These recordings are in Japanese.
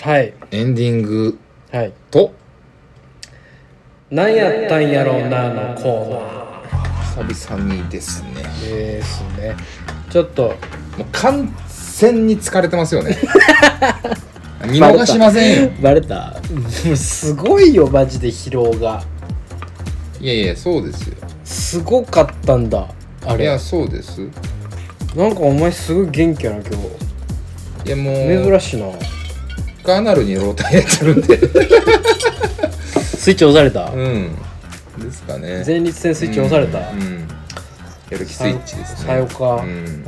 はいエンディングはいとなんやったんやろうなのコーナー久々にですねですねちょっともう完全に疲れてます よね見逃しませんよバレたもうすごいよマジで疲労がいやいやそうですよすごかったんだあいやれそうですいなんかお前すごい元気やな今日やもう珍しいなカーナルにローターやってるん でスイッチ押されたうんですかね前立腺スイッチ押されたうん、うんやる気スイッチですねさよかうんうん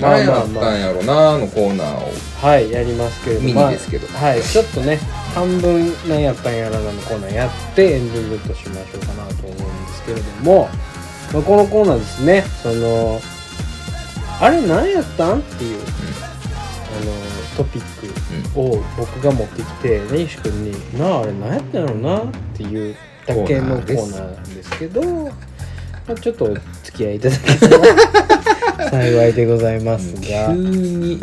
まあ何まやあっまたあんやろなのコーナーをはいやりますけれどミニですけどまあはいちょっとね半分なんやったんやらなのコーナーやってエンディングとしましょうかなと思うんですけれども、まあ、このコーナーですねそのあれなんやったんっていう、あのトピックを僕が持ってきて根岸君に「なああれなんやったんやろな」っていうだけのココーナーでーすナーなんですけどまあ、ちょっとお付き合いいただけたら 幸いでございますが。急に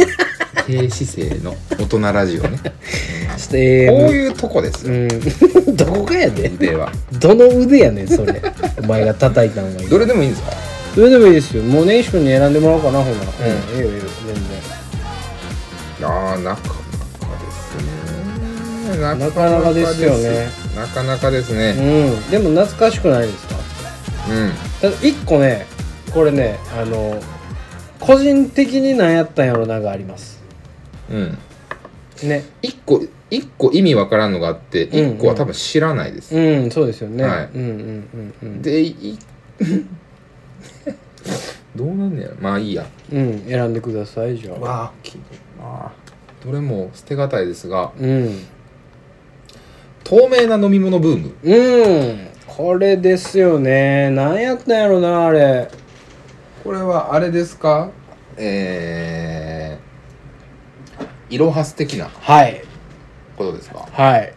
低姿勢の大人ラジオねちょっと AM こういうとこですようん どこかやで腕はどの腕やねんそれお前が叩いたのがいいどれでもいいんですかそれでもいいですよもう根岸君に選んでもらおうかなほんならうええよえんえよ全然ああなかなかですねななかなかですよねなかなかですねうんでも懐かしくないですかうんただ一個ねこれねあの個人的に何やったんやろながありますうんね一個一個意味わからんのがあってうん一個は多分知らないです、うんそうですよね、はいうんうんうんうんでい どうなんねやまあいいやうん選んでくださいじゃあわあどれも捨てがたいですがうん透明な飲み物ブームうんこれですよね何やったんやろなあれこれはあれですかえー、イロハス的なはいことですかはい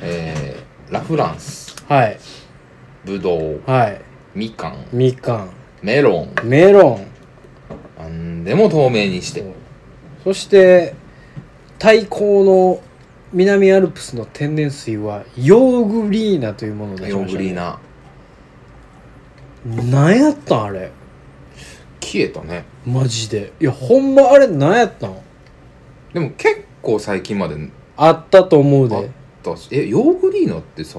えー、ラフランスはいブドウはいみかんみかんメロンメロンなんでも透明にしてそして対抗の南アルプスの天然水はヨーグリーナというものを出しヨましーたグリーねナ何やったんあれ消えたねマジでいやほんまあれ何やったんでも結構最近まであったと思うあっでたしえヨーグリーナってさ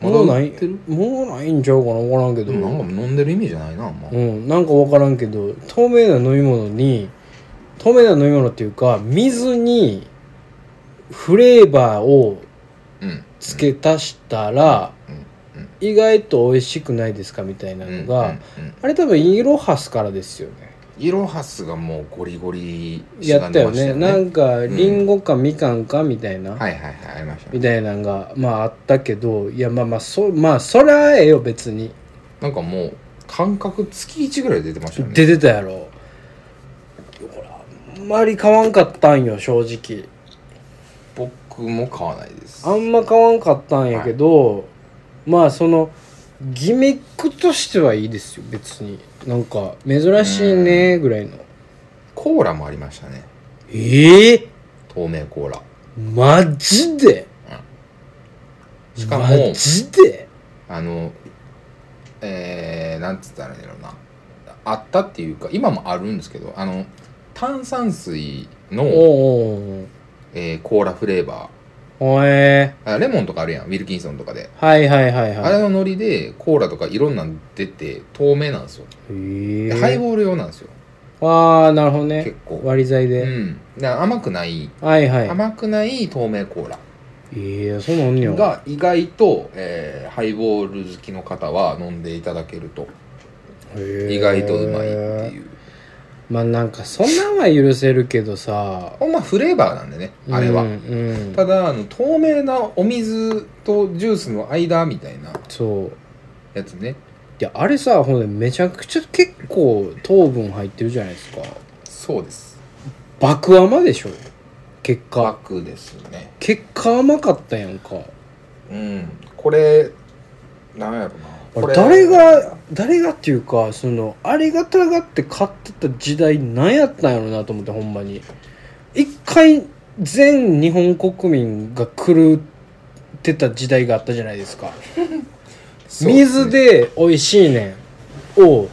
まもうだな売いってるもうないんちゃうかな分からんけどでもなんか飲んでる意味じゃないなあんまうん、なんか分からんけど透明な飲み物に透明な飲み物っていうか水にフレーバーをうん付け足したら、うんうん意外と美味しくないですかみたいなのが、うんうんうんあれ多分イロハスからですよねイロハスがもうゴリゴリやったよねななんかリンゴかみかんかみたいな、はいはいはいありましたねみたいなのがまああったけどいやまあまあそまあそりゃええよ別になんかもう感覚月1ぐらいで出てましたよね出てたやろほらあんまり買わんかったんよ正直僕も買わないですあんま買わんかったんやけど、まあそのギミックとしてはいいですよ別になんか珍しいねぐらいのコーラもありましたねええ透明コーラマジで、しかもマジであのえー、なんつったらいいんだろうなあったっていうか今もあるんですけどあの炭酸水おの、おうえーコーラフレーバおうおうえーあレモンとかあるやんウィルキンソンとかで、ー、はいはいはいあれはいのノリでコーラとかいろんなの出て透明なんですよ、えでハイー、ボール用なんですよああなるほどね結構割り剤うで、んだから甘くないはいはい甘くない透明コーラいやそうなんねやが意外と、えーハイボール好きの方は飲んでいただけると意外とうまいってういう、まあなんかそんなんは許せるけどさほんまフレーバーなんでねあれは、うんうんただあの透明なお水とジュースの間みたいなそうやつねいやあれさほんでめちゃくちゃ結構糖分入ってるじゃないですかそうです爆甘でしょ結果楽ですね結果甘かったやんかうんこれなんやろなあこれれ誰が誰がっていうかそのありがたがって買ってた時代なんやったんやろなと思ってほんまに一回全日本国民が狂ってた時代があったじゃないですかそうすね水で美味しいねんを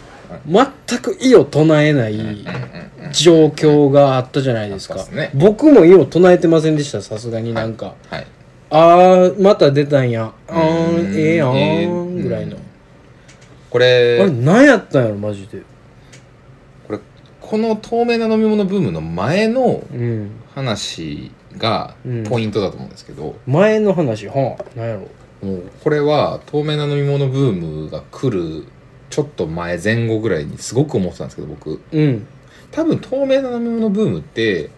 全く意を唱えないうんうん状況があったじゃないですかあったっすね僕も意を唱えてませんでしたさすがになんか、はいあーまた出たんやあうーんええやえんーぐらいの、うんこあれれ何やったんやろマジでこれこの透明な飲み物ブームの前のうん話がうんポイントだと思うんですけど、前の話はあ何やろもうこれは透明な飲み物ブームが来るちょっと前前後ぐらいにすごく思ってたんですけど僕うん多分透明な飲み物ブームって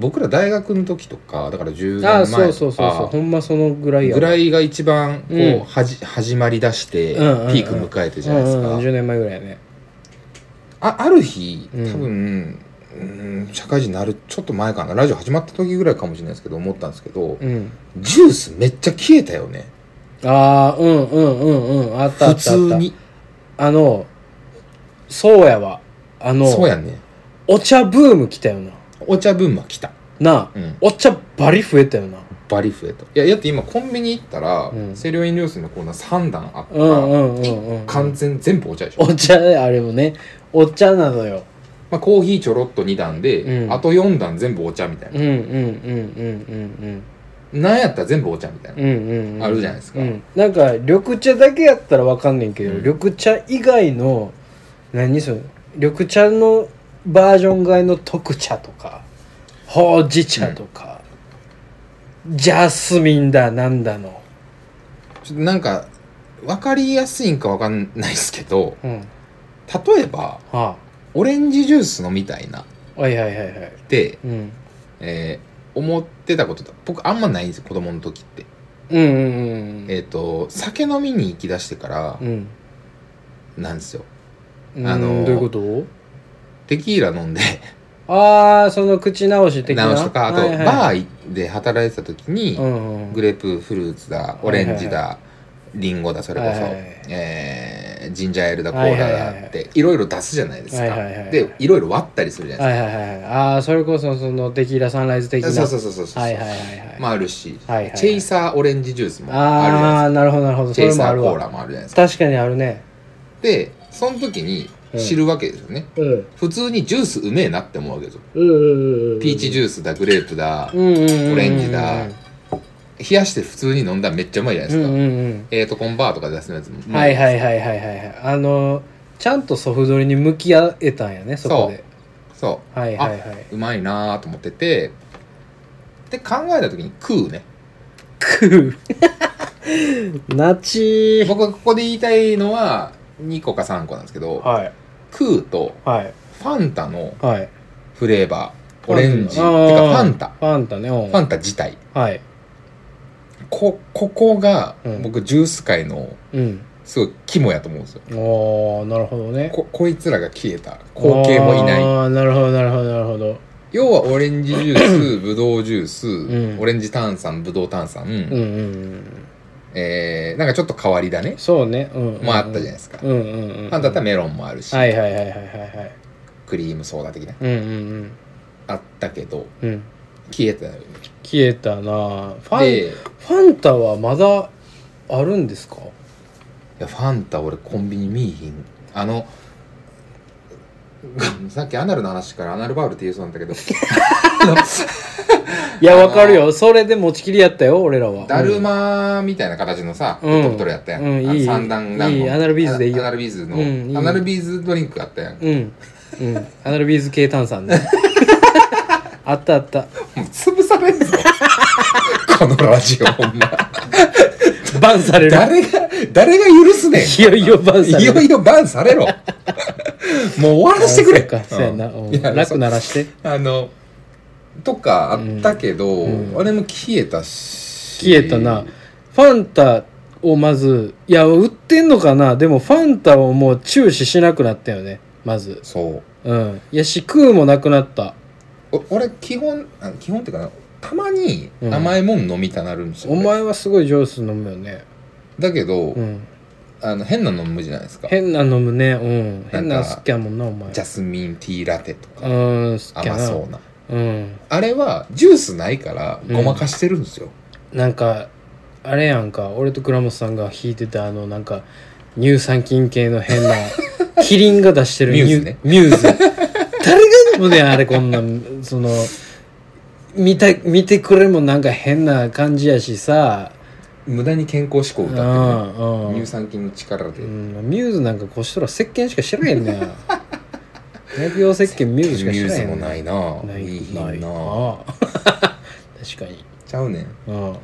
僕ら大学の時とかだから10年ああ前とかそうそうそうそうほんまそのぐらいやぐらいいが一番こう、うんはじ始まりだして、うんうんうんピーク迎えてじゃないですか、うんうん、10年前ぐらいやねあある日うん多分、うん社会人になるちょっと前かなラジオ始まった時ぐらいかもしれないですけど思ったんですけど、うんジュースめっちゃ消えたよねああうんうんうんうんあったあ普ったあった通にあのそうやわあのそうやねお茶ブーム来たよなお茶分は来た、なあうん、お茶バリ増えたよなバリ増えたいやだって今コンビニ行ったら、うん清涼飲料水のコーナー3段あったうら、んうんうんうん完全全部お茶でしょ、お茶あれもねお茶なのよまあ、コーヒーちょろっと2段で、うんあと4段全部お茶みたいうんな、うんうんなんやったら全部お茶みたいうんうんうな、んうんうんあるじゃないですか、うん、なんか緑茶だけやったらわかんねんけど、うん緑茶以外の何それ緑茶のバージョン外の特茶とかほうじ茶とか、ジャスミンだなんだの、ちょっとなんか分かりやすいんか分かんないですけどうん、例えばはオレンジジュース飲みたいなっあはいはいはいはいて、うんえー思ってたことだ僕あんまないんですよ子供の時って、うんうんうんえっ、と酒飲みに行きだしてからうんなんですようんあのーどういうことテキーラ飲んでああその口直し的な直しとかあと、はいはいバーで働いてた時に、うんうんグレープフルーツだオレンジだ、リンゴだそれこそ、はいはいはいえージンジャーエールだコはいーはいラはいだって、いろいろ出すじゃないですか、はいはいはいはいでいろいろ割ったりするじゃないはいはいはいはいああそれこそそのテキーラサンライズで的なすか、そうそうそうそうそう、はいはいはいはい、まああるし、はいはいチェイサーオレンジジュースもあるじゃあないあーなるほどなるほどですかチそれもェイサあーるコーわラもあるじゃないですか確かにあるねでその時に知るわけですよね、うんうん普通にジュースうめえなって思うわけですよ、うんうんピーチジューュースだグレープだ、うんうんうんうんオレンジだうん冷やして普通に飲んだらめっちゃうまいじゃないうでんすか、うんえーとコンバーとかで出すやつも、うんはいはいはいはいはいはいあのちゃんとソフドリに向き合えたんやねそこでそうはいはいはいうまいなーと思っててで考えた時に食うねく うなち僕がここで言いたいのは2個か3個なんですけどはい食うとはいファンタのはいフレーバーオレンジてあかフーァンタファンタねうんファンタ自体はいこここがうん僕ジュース界のうんすごい肝やと思うんですよおーなるほどねここいつらが消えた後継もいないああなるほどなるほどなるほど要はオレンジジュースブドウジュース、うんオレンジ炭酸ブドウ炭酸、うんうんうんえー、なんかちょっと変わりだねそうねうんうんもあったじゃないですか、うんうんうんうんファンタだったらメロンもあるし、はいはいはいはいはいはいクリームソーダ的なうんうんあったけどうんうん消えたよね消えたなぁファンでいファンタはまだあるんですかやファンタ俺コンビニ見いひんあの さっきアナルの話からアナルバウルって言うそうなん だけどいやあのわかるよそれで持ちきりやったよ俺らはだるまみたいな形のさ、うんトップトルやったやん、うんいいあの三段団子いいアナルビーズでいいよアナルビーズの、うんいいアナルビーズドリンクあったやん、うんうんうんアナルビーズ系炭 酸ねあったあったもう潰され んぞこのラジオほんまバンされる誰が誰が許すねんいよいよバンさいれよるいよバンされろも う終わらせてくあれそうかそうやなうんうんいや楽ならしてあのとかあったけど、うんあれも消えたし消えたなファンタをまずいや売ってんのかなでもファンタをもう注視しなくなったよねまずそううんいやし食うもなくなったお俺基本あ基本っていうかなたまにうん甘いもん飲みたなるんですよ、お前はすごい上手飲むよねだけど、うんあの変な飲むじゃないですかジ変な飲むねうんか変なの好きやもんなお前ャスミンティーラテとかうん好きや甘なそうなうんあれはジュースないからごまかしてるんですよ、なんかあれやんか俺と倉本さんが弾いてたあのなんか乳酸菌系の変なキリンが出してるミューズねミューズ誰が飲むねんあれこんなんその見た見てくれもなんか変な感じやしさ無駄に健康志向をう歌ってんる、うんね、乳酸菌の力で、うんミューズなんかこしとら石鹸しか知らへんねん薬用石鹸ミューズしかニ知ューらへスんねもんないなないいいなないな確かに、ちゃうねんうん、い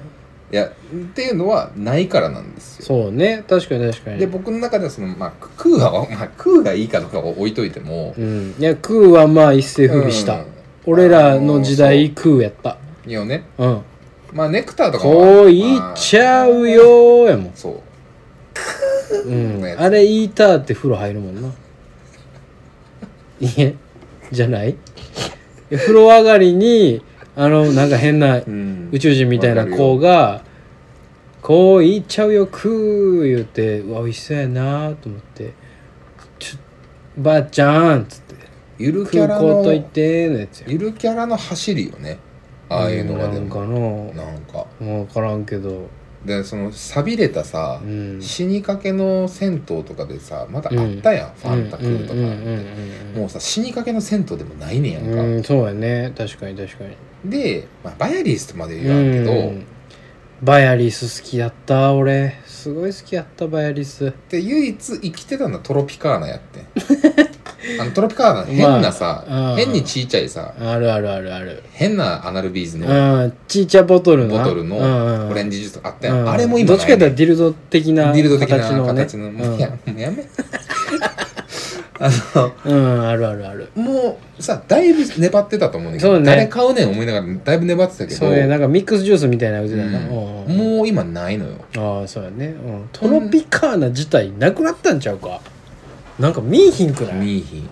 やっていうのはないからなんですよそうね確かに確かにで僕の中ではその、まあ、クーは、まあ、クーがいいかどうかを置いといても、うん、いや空はまあ一世風靡した、うん俺らの時あ代空やったいいよねうんまあネクターとかはこう言っちゃうよーやもんまあ、そううんのやつあれ言いたって風呂入るもんないえじゃないいや風呂上がりにあのなんか変なうん宇宙人みたいな子わかが「こう言っちゃうよくー」言うて「うわ美味しそうやな」と思って「ちょばあちゃん」っつって「ゆるキャ空ラ港といのて」のやつやゆるキャラの走りよねああいうのがでももなんかななんか分からんけどでその寂れたさ、うん死にかけの銭湯とかでさまだあったやん、ファンタクーとか、うんうんうんもうさ死にかけの銭湯でもないねやんうんか、うんそうやね確かに確かにで、まあ、バヤリストまで言わんけど、うんバイアリス好きやった俺すごい好きやったバイアリスで唯一生きてたのはトロピカーナやってん あのトロピカーナ変なさ、まあうん変にちいちゃいさあるあるあるある変なアナルビーズのうんちいちゃボトルのボトルのオレンジジジュースとかあったやん、あれも今どっちかやったないらディルド的なディルド的な形のねもうやもうやめあのうんうんあるあるあるもうさだいぶ粘ってたと思うんだけど、そうね誰買うねん思いながらだいぶ粘ってたけどそうやなんかミックスジュースみたいなの売ってたなうんうんもう今ないのよああそうやね、うん、トロピカーナ自体なくなったんちゃうかなんか見えひんくないミーヒン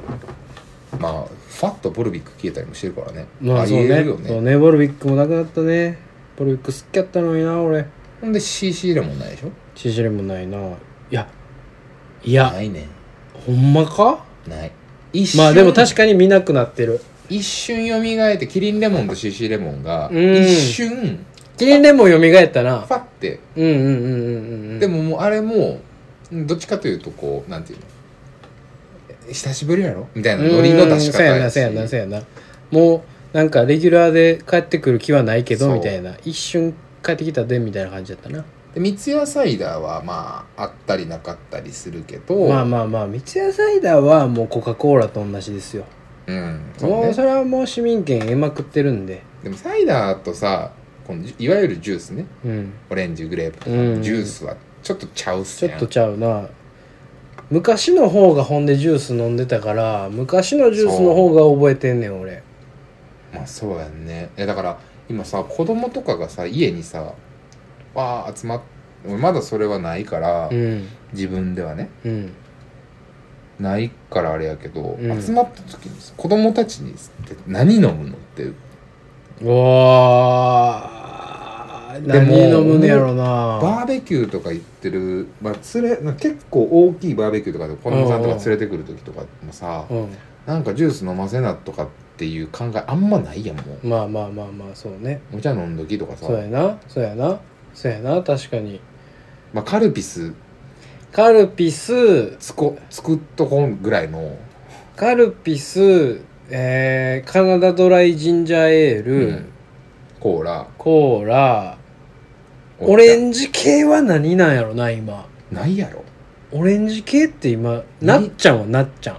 まあファッとボルビック消えたりもしてるからね、まありそうえねるよそうねねボルビックもなくなったねボルビック好きやったのにな俺ほんで CC レモンないでしょシジレもないないやいやないねんほんまかない一瞬まあでも確かに見なくなってる一瞬よみがえってキリンレモンと CC レモンがうん一瞬キリンレモン蘇ったなファってうんうんうんうんうんでももうあれもうんどっちかというとこうなんていうの久しぶりやろみたいなノリの出し方うんうんそうやなそうやなそうやなもうなんかレギュラーで帰ってくる気はないけどそうみたいな一瞬帰ってきたでみたいな感じだったなで三ツ矢サイダーはまああったりなかったりするけどまあまあまあ三ツ矢サイダーはもうコカ・コーラと同じですようんそうもうねそれはもう市民権得まくってるんででもサイダーとさこのいわゆるジュースねうんオレンジグレープとかうんジュースはちょっとちゃうっすちょやっんとちゃうな昔の方がほんでジュース飲んでたから昔のジュースの方が覚えてんねん俺まあそうやんねえだから今さ子供とかがさ家にさわあ集まっ俺まだそれはないから、うん自分ではねうんないからあれやけど、うん集まった時にさ子供たちにって何飲むのってうわーでも何飲むんやろなバーベキューとか行ってる、まあ、連れなんか結構大きいバーベキューとかで子供さんとか連れてくる時とかもさうんなんかジュース飲ませなとかっていう考えあんまないやんもうまあまあまあまあそうねお茶飲んどきとかさそうやなそうやなそうやな確かにまあ、カルピスカルピスつこ作っとこんぐらいのカルピス、えーカナダドライジンジャーエール、うんコーラコーラお茶オレンジ系は何なんやろな今ないやろオレンジ系って今な何っちゃんはなっちゃん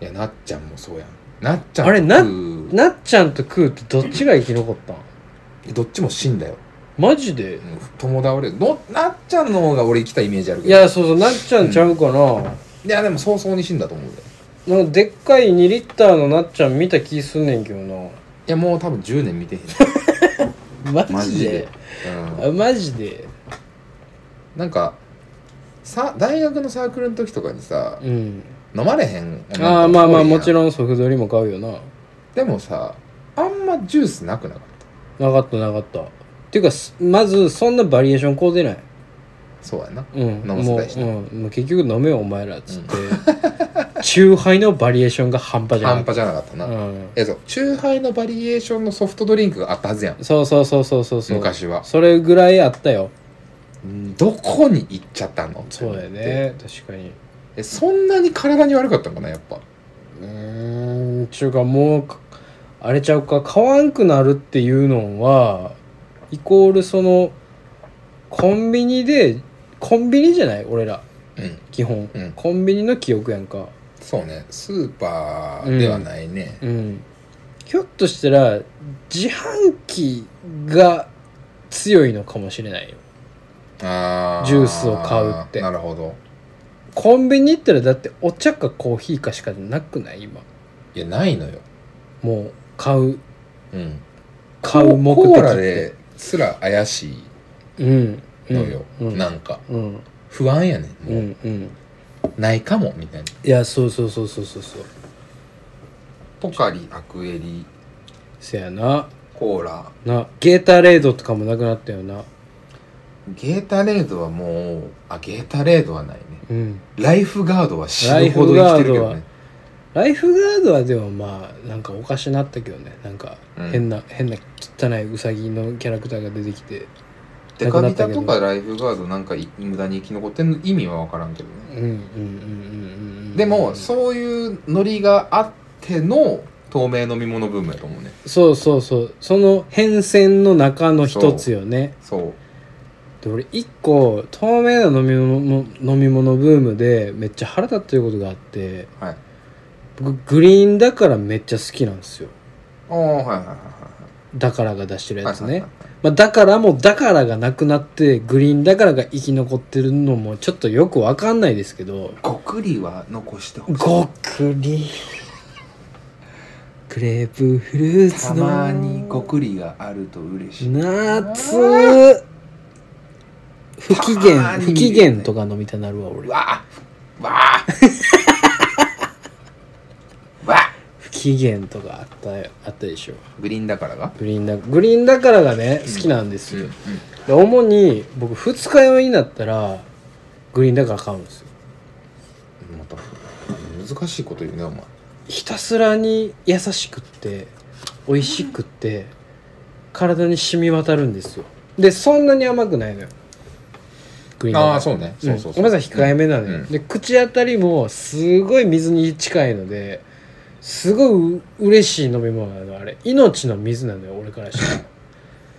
いやなっちゃんもそうやんなっちゃんあれなと食うなっちゃんと食うってどっちが生き残ったんどっちも死んだよマジでもう友倒れのなっちゃんの方が俺生きたイメージあるけいどやそうそうなっちゃんちゃうかな、いやでも早々に死んだと思うでいなんかでっかい2リッターのなっちゃん見た気すんねんけどなやもう多分10年見てへん ママジジでで、あマジでうん、なんかさ大学のサークルの時とかにさうん飲まれへんああまあまあもちんろんソフトよりも買うよなでもさあんまジュースなくなかっなかったなかったっていうかすまずそんなバリエーション買うてないたそうやな、うん、飲ませたいしなもう、うん、もう結局飲めよお前らっつって、 チューハイのバリエーションが半端じゃな半かっ端じゃなかったな、た、うん、えそうチューハイのバリエーションのソフトドリンクがあったはずやんそうそうそうそうそうそう昔はそれぐらいあったようんどこに行っちゃったのそうだよね確かにえそんなに体に悪かったのかなやっぱうーんちゅうかもうかあれちゃうか買わんくなるっていうのはイコールそのコンビニでコンビニじゃない俺らうん基本、うんコンビニの記憶やんかそうねスーパーではないね、うんひょっとしたら自販機が強いのかもしれないよあジュースを買うってなるほどコンビニ行ったらだってお茶かコーヒーかしかなくない今いやないのよもう買ううん買う目コ的ーラってですら怪しいうんうんのよ、うんなんかうん不安やねんうもう、んうんないかもみたいないやそうそうそうそうそうそうポカリアクエリせやなコーラなゲータレードとかもなくなったよなゲータレードはもうあゲータレードはないねうんライフガードは死ぬほど生きてるけどライねライフガードはでもまあなんかおかしなったけどねなんかうん変な、変な汚いウサギのキャラクターが出てきてデカビなくなったタけどとかライフガードなんかい無駄に生き残ってんの意味は分からんけどうんねうんうんうんうんでもそういうノリがあっての透明飲み物ブームやと思うねそうそうそうその変遷の中の一つよねそうで俺一個透明な飲み物飲み物ブームでめっちゃ腹立ってることがあってはい僕グリーンだからめっちゃ好きなんですよああはいはいはいだからが出してるはいやはいつね、はいはいまあ、だからもだからがなくなってグリーンだからが生き残ってるのもちょっとよくわかんないですけどごくりは残してほしいごくりクレープフルーツたのまにごくりがあると嬉しい夏不機嫌たまに不機嫌とか飲みたなるわ俺うわあわあ わあ不機嫌とかあったよあったでしょグリーンだからがグリーンだグリーンだからがね好きなんですうんうよん、で主に僕二日酔いになったらグリーンだから買うんですよまた難しいこと言うねお前ひたすらに優しくって美味しくって体に染み渡るんですよでそんなに甘くないのよグリーンああうそうねんそうそうそうごめんなさい控えめなのよ、うんで口当たりもすごい水に近いのですごいう嬉しい飲み物なのあれ命の水なのよ俺から したら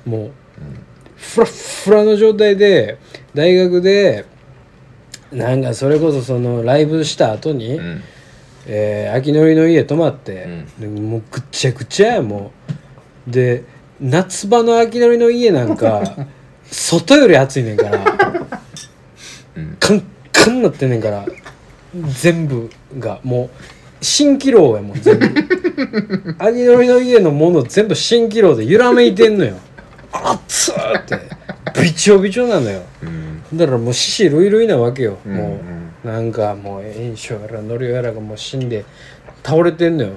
もうフラッフラの状態で大学でなんかそれこそそのライブした後に、うんうんえー秋のりの家泊まって、でもうぐっちゃぐちゃやもうで夏場の秋のりの家なんか 外より暑いねんからうんカンカンなってんねんから全部がもう蜃気楼やもん全部秋のりの家のもの全部蜃気楼で揺らめいてんのよ熱っってびちょびちょなのようんだからもう獅子類類なわけよ、うんもう。なんかもう炎症やらノリやらがもう死んで倒れてんのよ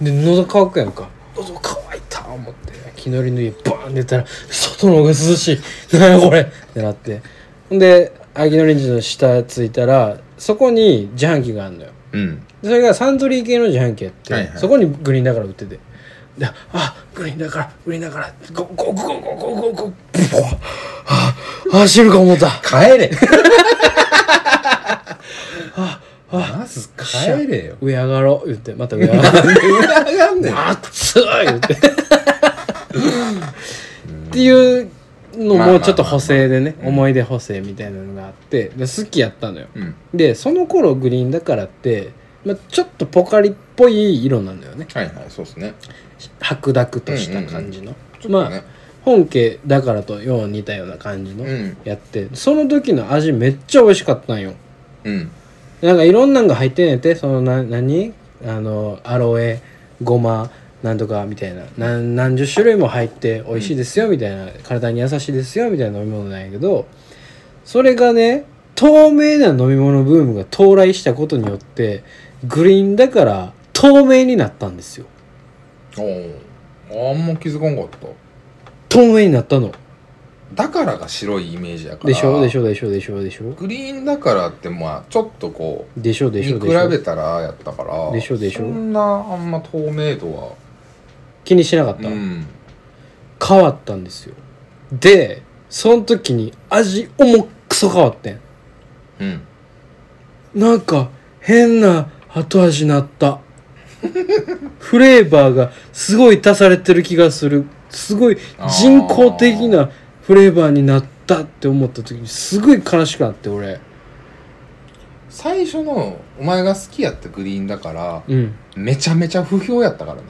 で喉乾くやんか喉乾いた思って気のりの家バーン出たら外の方が涼しいなんやこれってなってほんで秋のりんちの下着いたらそこに自販機があるのようんでそれがサントリー系の自販機やって、はいはいそこにグリーンだから売っててであグリーンだからグリーンだからゴゴゴゴゴゴゴゴブワッああ死ぬか思った帰れまず帰れよ上上がろう言ってまた上上がろう 裏がんねん熱い言ってっていうのまあまもあまあまあちょっと補正でねうん思い出補正みたいなのがあってで好きやったのようんでその頃グリーンだからって、まあ、ちょっとポカリっぽい色なのよねはいはいそうですね白濁とした感じの、ちょっとまあね本家だからとよう似たような感じうのんやってその時の味めっちゃ美味しかったんようんなんかいろんなんが入ってんねんてそのな何あのアロエごまなんとかみたいななん何十種類も入って美味しいですよみたいな、体に優しいですよみたいな飲み物なんやけどそれがね透明な飲み物ブームが到来したことによってグリーンだから透明になったんですよおおあんま気づかんかった透明になったのだからが白いイメージやからでしょでしょでしょでしょでしょグリーンだからってまあちょっとこうでしょで見しょ比でしょべたらやったからでしょでしょそんなあんま透明度は気にしなかった、うん変わったんですよでその時に味重くそ変わってんうんなんか変な後味なった フレーバーがすごい足されてる気がするすごい人工的なフレーバーになったって思った時にすごい悲しくなって俺最初のお前が好きやったグリーンだからうんめちゃめちゃ不評やったからね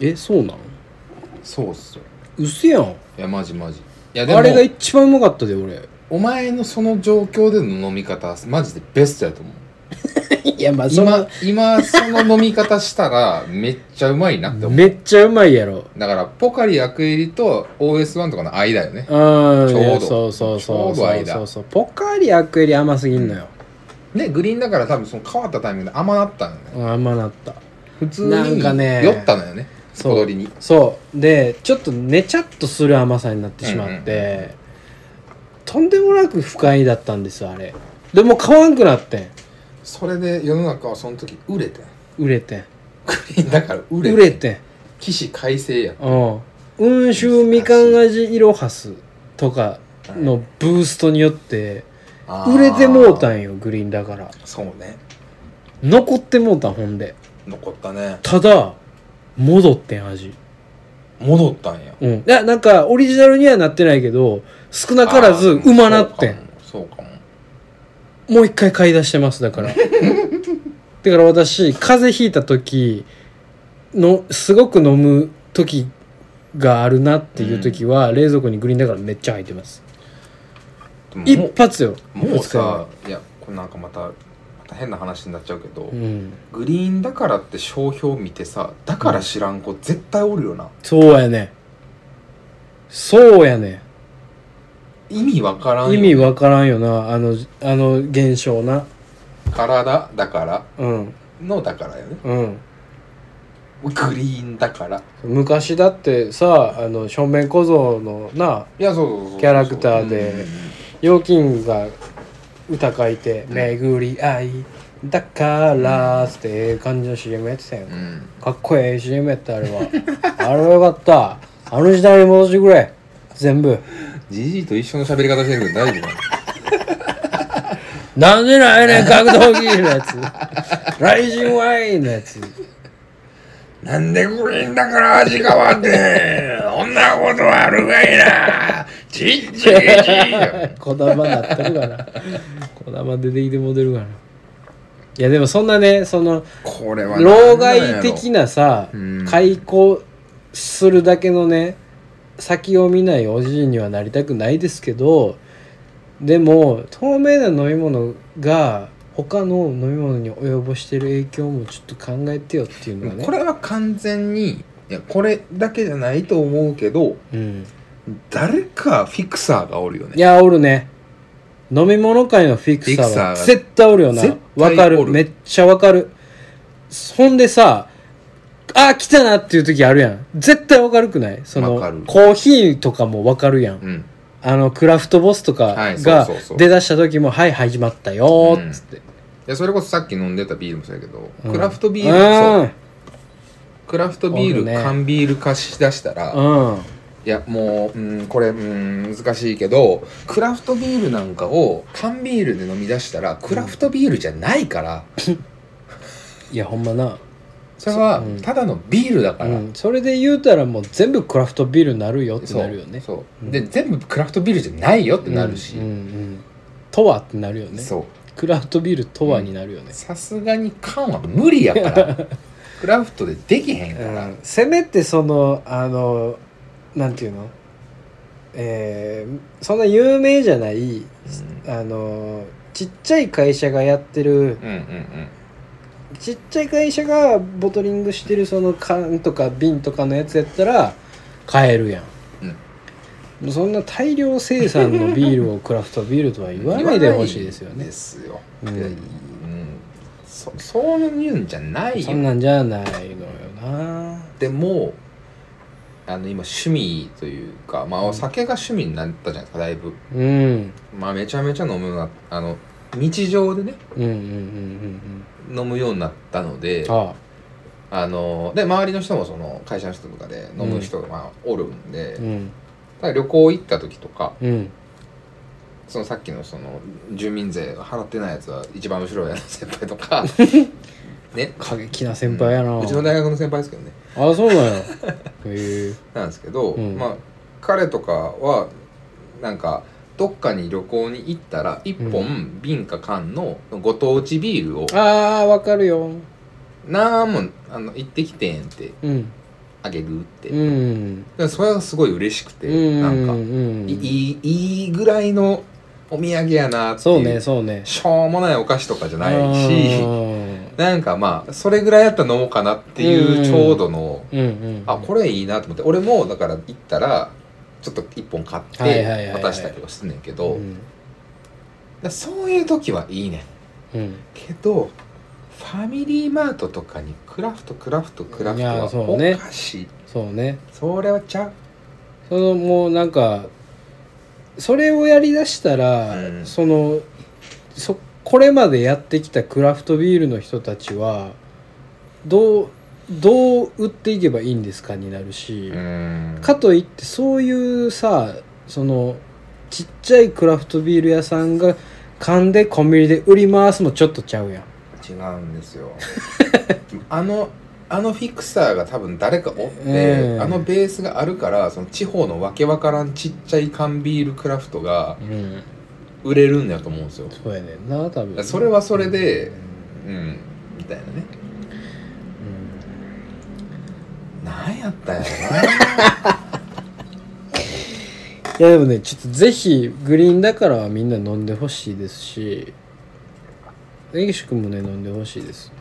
えそうなんそうっすようせやんいやマジマジいやでもあれが一番うまかったで 俺お前のその状況での飲み方マジでベストやと思ういやま今今その飲み方したらめっちゃうまいなって思うめっちゃうまいやろだからポカリアクエリと OS1 とかの間ようんねちょうどいやそうそうそうちょうどそう間そうそうポカリアクエリ甘すぎんのよ、ねグリーンだから多分その変わったタイミングで甘なったのよねうん、甘なった普通なんかねに酔ったのよね小そう鳥にそうでちょっとねちゃっとする甘さになってしまって、とんでもなく不快だったんですあれでも買わんくなってんそれで世の中はその時売れてん 売れてんグリーンだから売れ売てれて起死回生やんうん温州みかん味いろはすとかのブーストによって売れてもうたんんよグリーンだからそうね残ってもうたんほんで残ったねただ戻ってん味戻ったんやうんいやなんかオリジナルにはなってないけど少なからずうまなってんそうかもそうかももう一回買い出してますだから だから私風邪ひいた時のすごく飲む時があるなっていう時は、冷蔵庫にグリーンだからめっちゃ入ってますでも一発よもうさいやこれなんかまたまた変な話になっちゃうけど、うんグリーンだからって商標見てさだから知らん子絶対おるよな、そうやねそうやね意味わからんよ意味わからんよなあのあの現象な体だからうんのだからよねうんグリーンだから昔だってさあの正面小僧のないやそうそうそうそうキャラクターでうんうんうん陽金が歌書いて「巡り合いだから」ってええ感じの CM やってたよ、うんかっこええ CM やったあれは あれはよかったあの時代に戻してくれ全部じじいと一緒の喋り方してるけど大丈夫かななんでないねん格闘技のやつ雷神ワインのやつなんでグリーンだから味変わってそんなことあるかいなじじいじいこだまなってるか なこだま出てきて戻るかないやでもそんなねそのこれは何老なんやろ害的なさうん開口するだけのね先を見ないおじいにはなりたくないですけどでも透明な飲み物が他の飲み物に及ぼしてる影響もちょっと考えてよっていうのはねこれは完全にいやこれだけじゃないと思うけどうん、誰かフィクサーがおるよいねやおるね飲み物界のフィクサーはフィクサーが絶対おるよな絶対おわるかるめっちゃわかるほんでさあ来たなっていう時あるやん絶対わかるくないそのわかるコーヒーとかもわかるやんうんあのクラフトボスとはかいがそうそうそう出だした時も「はい始まったよ」っつって、いやそれこそさっき飲んでたビールもそうやけど、うんクラフトビールうそうんクラフトビール、おるね缶ビール化しだしたら、いうんやもう、うん、これ、うん、難しいけどクラフトビールなんかを缶ビールで飲み出したらクラフトビールじゃないから、いやほんまな、それはうんただのビールだかうら、ん、それで言うたらもう全部クラフトビールになるよってなるよねそうそううんで全部クラフトビールじゃないよってなるし、うんうんうんとはってなるよねそうクラフトビールとはになるよね、さすがに缶は無理やから クラフトでできへんうから、んせめてそのあのなんていうのえーそんな有名じゃないあのちっちゃい会社がやってるうんうんうんちっちゃい会社がボトリングしてるその缶とか瓶とかのやつやったら買えるやん、うんもうそんな大量生産のビールをクラフトビールとは言わないでほしいですよ言わなねいですようんいやいいうんそそういうんじゃないそんよなんじゃないのよなでもあの今趣味というか、まあ、お酒が趣味になったじゃないですかだいぶ、うんまあ、めちゃめちゃ飲むようなあの日常でねうんうんうんうん飲むようになったのでうんああので周りの人もその会社の人とかで飲む人がまあおるんで、あうんただ旅行行った時とかうんそのさっきのその住民税払ってないやつは一番後ろやな先輩と かね過激な先輩やな、うんうちの大学の先輩ですけどねあそうなんや へえなんですけど、うんまあ彼とかはなんかどっかに旅行に行ったら一う本瓶か缶のご当地ビールをああわかるよなんもあの行ってきてんってうんあげるって、うんうんでそれがすごい嬉しくて、うんなんか、うんいいいいいぐらいのお土産やなってそういうねそうねしょうもないお菓子とかじゃないしうなんかまあそれぐらいやったら飲もうかなっていうちょうどの、んうんあこれいいなと思って俺もだから行ったらちょっと1本買っはいはいはいてはい渡したりはすんねんけうどんだそういう時はいいねんうんけどファミリーマートとかにクラフトクラフトクラフトいはやそうねおかしいそうねそれはちゃうそのもうなんかそれをやりだしたら、うんそのそこれまでやってきたクラフトビールの人たちはどうどう売っていけばいいんですかになるし、うんかといってそういうさそのちっちゃいクラフトビール屋さんが缶でコンビニで売りますもちょっとちゃうやん違うんですよ あのあのフィクサーが多分誰かおって、ええあのベースがあるからその地方のわけわからんちっちゃい缶ビールクラフトがうん売れるんだと思うんですよそうやねんな多分それはそれでうんみたいなねうんなんやったんやろいやでもねちょっとぜひグリーンだからはみんな飲んでほしいですし根岸君もね飲んでほしいです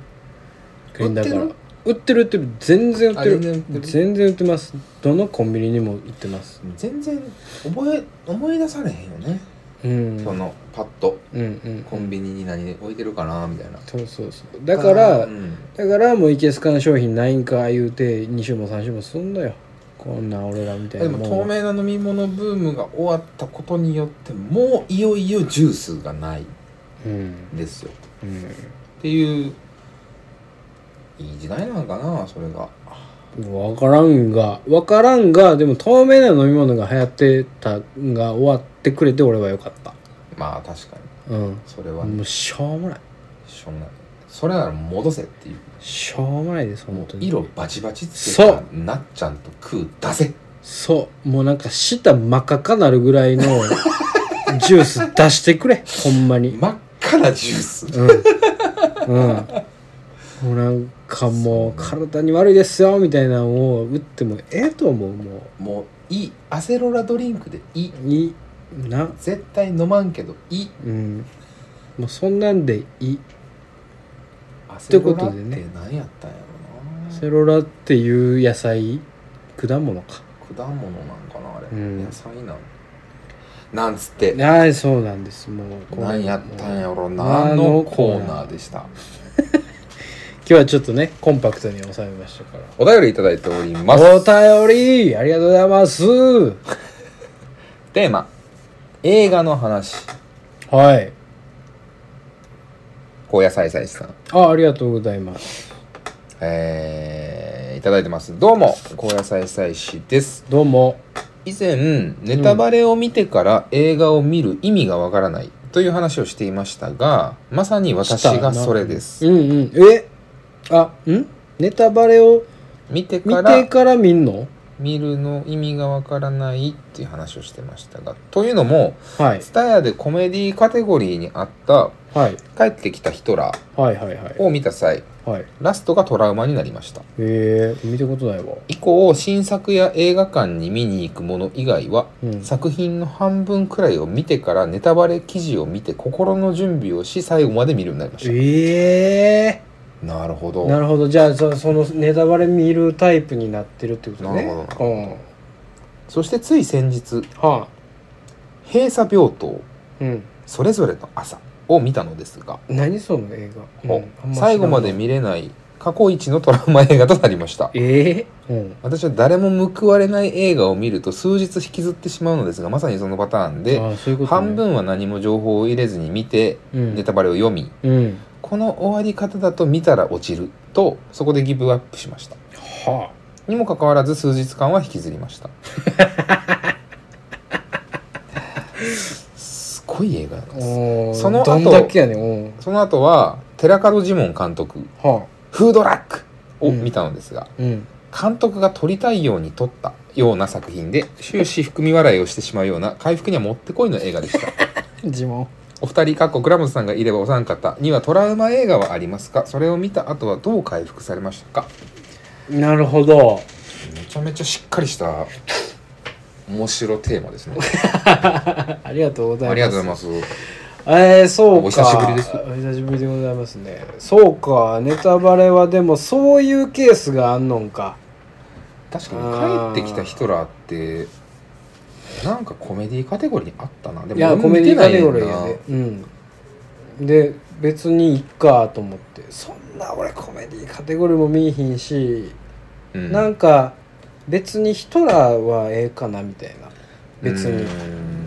グリーンだから売って売ってる売ってる全然売ってるあ全然売ってる全然売ってますどのコンビニにも売ってますな全然覚え思い出されへんよね、うんそのパッとうんうんコンビニに何置いてるかなみたいなそうそうそうだからうんだからもういけすかん商品ないんか言うて2週も3週もすんのよこんなん俺らみたいでなもん透明な飲み物ブームが終わったことによってもういよいよジュースがないうんんですようっていういい時代なんかなそれがん分からんが分からんがでも透明な飲み物が流行ってたんが終わってくれて俺はよかったまあ確かにうんそれはねもうしょうもないしょうがないそれなら戻せっていうしょうもないですも本う当に色バチバチつけそたなっちゃんと食う出せそうもうなんか舌真っ赤かなるぐらい のジュース出してくれほんまに真っ赤なジュースうん。うん。もうなんかもう体に悪いですよみたいなのを打ってもええと思うももういいアセロラドリンクでいいういいな絶対飲まんけどいいうんもうそんなんでいいアセロというラこっとてでね何やったんやろなセロラっていう野菜果物か果物なんかなあれ、うん野菜なんなんつってああそうなんですもうこれ何やったんやろななののココーナーーナーでした今日はちょっとねコンパクトに収めましたからお便りいただいておりますお便りありがとうございますテーマ映画の話はい高野菜菜さんあありがとうございますえー、いただいてますどうも高野菜菜師ですどうも以前ネタバレを見てから映画を見る意味がわからないという話をしていましたがまさに私がそれですうんうんえあんネタバレを見て見かてらから見んの見るの意味がわからないっていう話をしてましたがというのもはいツタヤでコメディカテゴリーにあったはい「帰ってきたヒトラはいはいはいー」を見た際はいラストがトラウマになりましたえー、見たことないわ以降新作や映画館に見に行くもの以外は、うん作品の半分くらいを見てからネタバレ記事を見て心の準備をし最後まで見るようになりました、えなるほー、どなるほどじゃあそそのネタバレ見るタイプになってるってことねなるほどうんそしてつい先日はあ閉鎖病棟うんそれぞれの朝を見たのですが、何その映画、うもうんあん知らんわ最後まで見れない過去一のトラウマ映画となりましたええうん私は誰も報われない映画を見ると数日引きずってしまうのですがまさにそのパターンで、ああそういうこと、ね、半分は何も情報を入れずに見て、うんネタバレを読みうんこの終わり方だと見たら落ちるとそこでギブアップしましたはにもかかわらず数日間は引きずりましたすごい映画なんあですおーその後どんだけやねんうんその後は寺門ジモン監督は「フードラック」をうん見たのですが、あうん監督が撮りたいように撮ったような作品で終始含み笑いをしてしまうような回復にはもってこいの映画 でした自問お二人かっこ倉本さんがいればお三方にはトラウマ映画はありますかそれを見た後はどう回復されましたかなるほどめちゃめちゃしっかりした面白テーマですねありがとうございますありがとうございますえー、そうかお久しぶりですお久しぶりでございますねそうかネタバレはでもそういうケースがあんのんか確かに帰ってきたヒトラーってなんかコメディカテゴリーにあったなでいや俺コメディカテゴ見リてーないやねんなでうんで別にいっかと思ってそんな俺コメディカテゴリーも見いひんし、うんなんか別にヒトラーはええかなみたいな別に、うん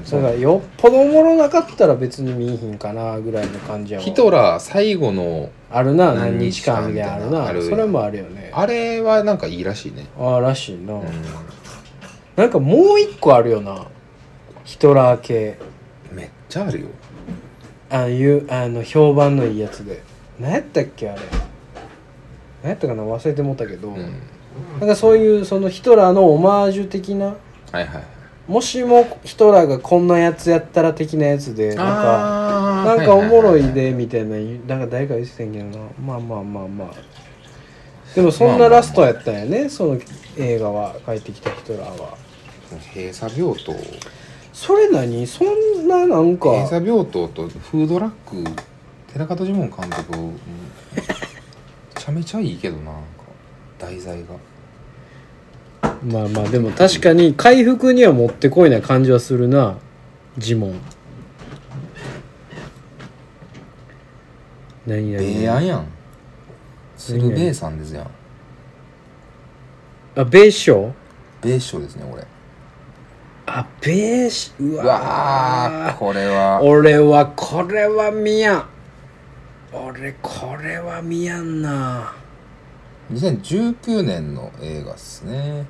それがよっぽどおもろなかったら別に見いひんかなぐらいの感じやわヒトラー最後のあるな何何日日間間みみたたいいなのなあるなあるそれもあるよねあれはなんかいいらしいね、ああらしいな、うなんかもう一個あるよなヒトラー系ん、めっちゃあるよあいうあの評判のいいやつで何やったっけあれ何やったかな忘れてもったけど、うんなんかそういうそのヒトラーのオマージュ的なはいはいもしもヒトラーがこんなやつやったら的なやつでなんかあなーんかおもろははいははでみたいな言うなんか誰か言ってたんやけどなまあまあまあまあでもそんなラストやったんやねその映画は帰ってきたヒトラーは閉鎖病棟それ何そんななんか閉鎖病棟とフードラック寺門ジモン監督うんめちゃめちゃいいけどななんか題材がまあまあでも確かに回復にはもってこいな感じはするなジモン何米々安やん鶴瓶さんですやんあ米将米賞ですねこれあ米将ううわあわこれは俺はこれは見やん俺これは見やんな2019年の映画っすね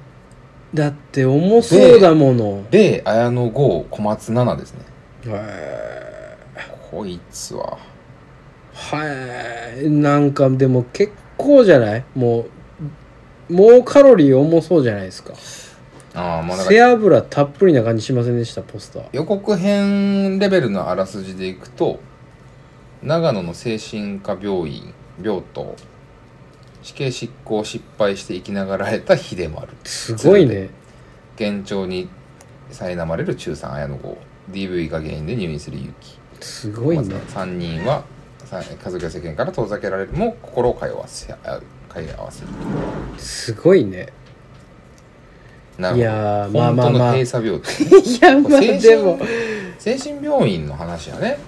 だって重そうだもの米綾野剛小松菜奈ですねへこいつはーはいなんかでも結構じゃないもうもうカロリー重そうじゃないですかああまあだから背脂たっぷりな感じしませんでしたポスター予告編レベルのあらすじでいくと長野の精神科病院病棟死刑執行を失敗して生きながらえた秀丸すごいね幻聴に苛まれる中3綾野剛 DV が原因で入院する結すごい城、ね3人はさ家族や世間から遠ざけられるも心を通わせあ通わせるすごいねなるいやーほどまあまあまあ本当の閉鎖病棟いや まあ精神でも精神病院の話やね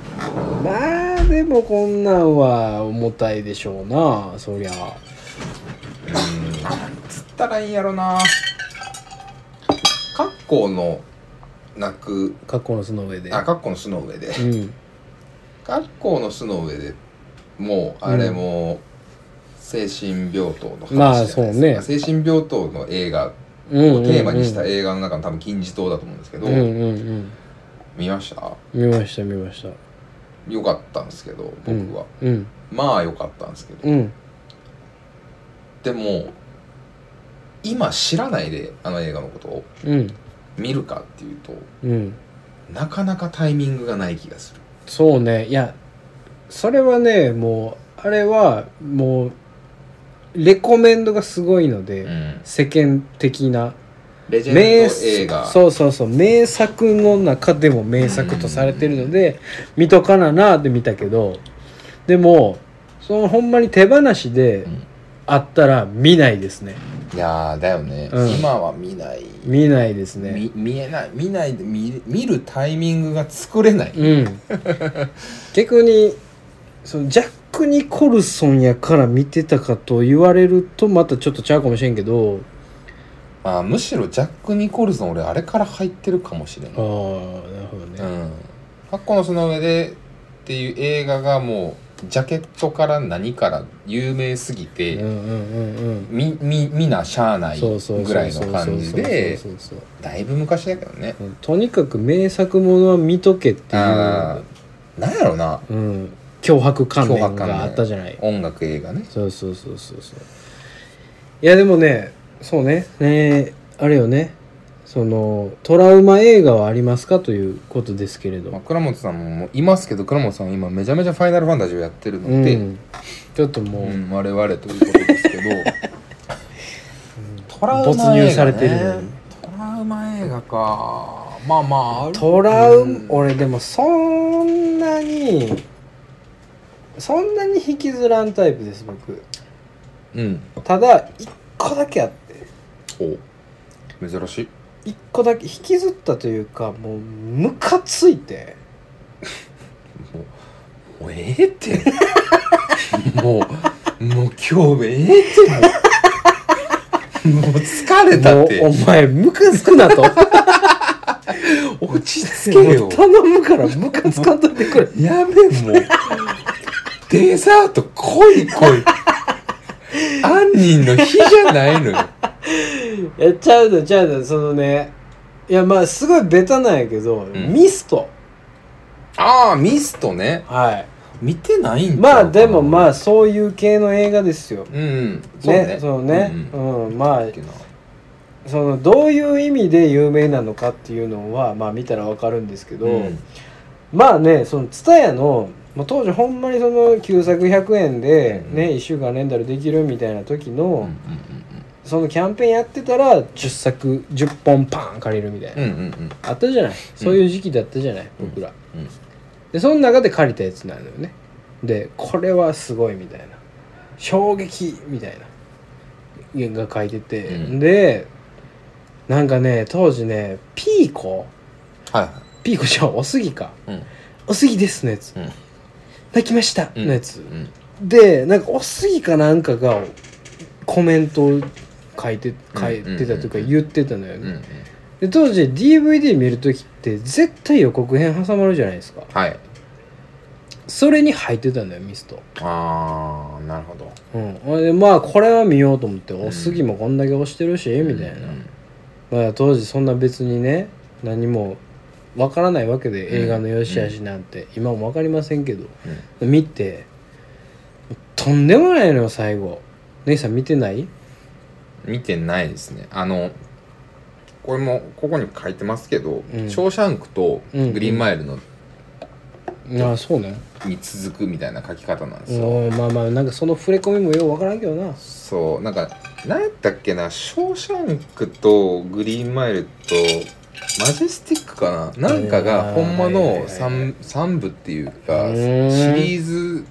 まあでもこんなんは重たいでしょうなそりゃなんつったらいいんやろな格好の泣く過去のその上であ格好の巣の上でうん格好の巣の上でもうあれも精神病棟の話じゃないですかまあそうね精神病棟の映画うんうんうをんテーマにした映画の中の多分金字塔だと思うんですけど、うんうん見ましたうん見ました見ましたよかったんですけど僕は、うんまあよかったんですけどうんでも今知らないであの映画のことをうん見るかっていうとうんなかなかタイミングがない気がするそうねいやそれはねもうあれはもうレコメンドがすごいので、うん世間的なレジェンド名映画そうそうそう名作の中でも名作とされてるので、見とかななって見たけどでもそのほんまに手放しでうんあったら見ないですねいやーだよね、うん今は見ない見ないですねみ見えない見ないで見見 るタイミングが作れない、うん逆にそのジャックニコルソンやから見てたかと言われるとまたちょっとちゃうかもしれんけどまあむしろジャック・ニコルソン俺あれから入ってるかもしれああないなるほどね、うん「8個の巣の上で」っていう映画がもうジャケットから何から有名すぎて、うんうんうんみみみなしゃあなうんいそうそうそうそうぐらいの感じでそうそうそうだいぶ昔だけどねそうとにかく名作ものは見とけっていあう、ーなんやろなうん、脅迫観脅念迫観念があったじゃない音楽映画ねそうそうそうそうそういやでもねそうねねあれよねそのトラウマ映画はありますかということですけれどまあ、倉本さんももういますけど倉本さんは今めちゃめちゃ「ファイナルファンタジー」をやってるうので、ん、ちょっともう、うん我々ということですけどトラウマ映画、没ね、入されてるよねトラウマ映画かまあまああるトラウ、うん俺でもそんなにそんなに引きずらんタイプです僕うんただ一個だけあってお珍しい一個だけ引きずったというかもうムカついてもうもうええって もうもう今日ええ ってもうもう疲れたもっうおて前ムカつくなと落ち着けよ頼むからムカつかんといてくれやめ もうデザート来い来い杏仁の日じゃないのよ いやちゃうのちゃうのそのねいやまあすごいベタなんやけど、んミストああミストねはい見てないんちゃうまかあなでもまあそういう系の映画ですようんうんそうねねそうねうんうん、まあうんそのどういう意味で有名なのかっていうのはまあ見たらわかるんですけど、うんまあねその TSUTAYA のもう当時ほんまにその旧作100円で、うんね一1週間レンタルできるみたいな時の、うんそのキャンペーンやってたら10作10本パーン借りるみたいな、うんうんうんうんあったじゃないそういう時期だったじゃない、うん僕らうんでその中で借りたやつなのよねでこれはすごいみたいな衝撃みたいな原画書いてて、うんでなんかね当時ねピーコはいはピーコじゃんおすぎかいうんおすぎですのやつうん泣きましたうんのやつ、うんでなんかおすぎかなんかがコメントを書いて書いてたというかうんうんうんうん言ってたのよね、うんうんで当時 DVD 見る時って絶対予告編挟まるじゃないですかはいそれに入ってたんだよミストああなるほどうんほんでまあこれは見ようと思って「んおすぎもこんだけ押してるし」みたいな、うんまあ、当時そんな別にね何もわからないわけで映画の良し悪しなんて、今もわかりませんけど見てとんでもないのよ最後姉さん見てない見てないですねあのこれもここにも書いてますけど「うんショーシャンク」と「グリーンマイル」のああそうねに続くみたいな書き方なんですよ、おまあまあなんかその触れ込みもようわからんけどなそうなんか何やったっけな「ショーシャンク」と「グリーンマイル」と「マジェスティック」かななんかがあーほんまはいはいはのい 3, 三部っていうかうシーんリーズ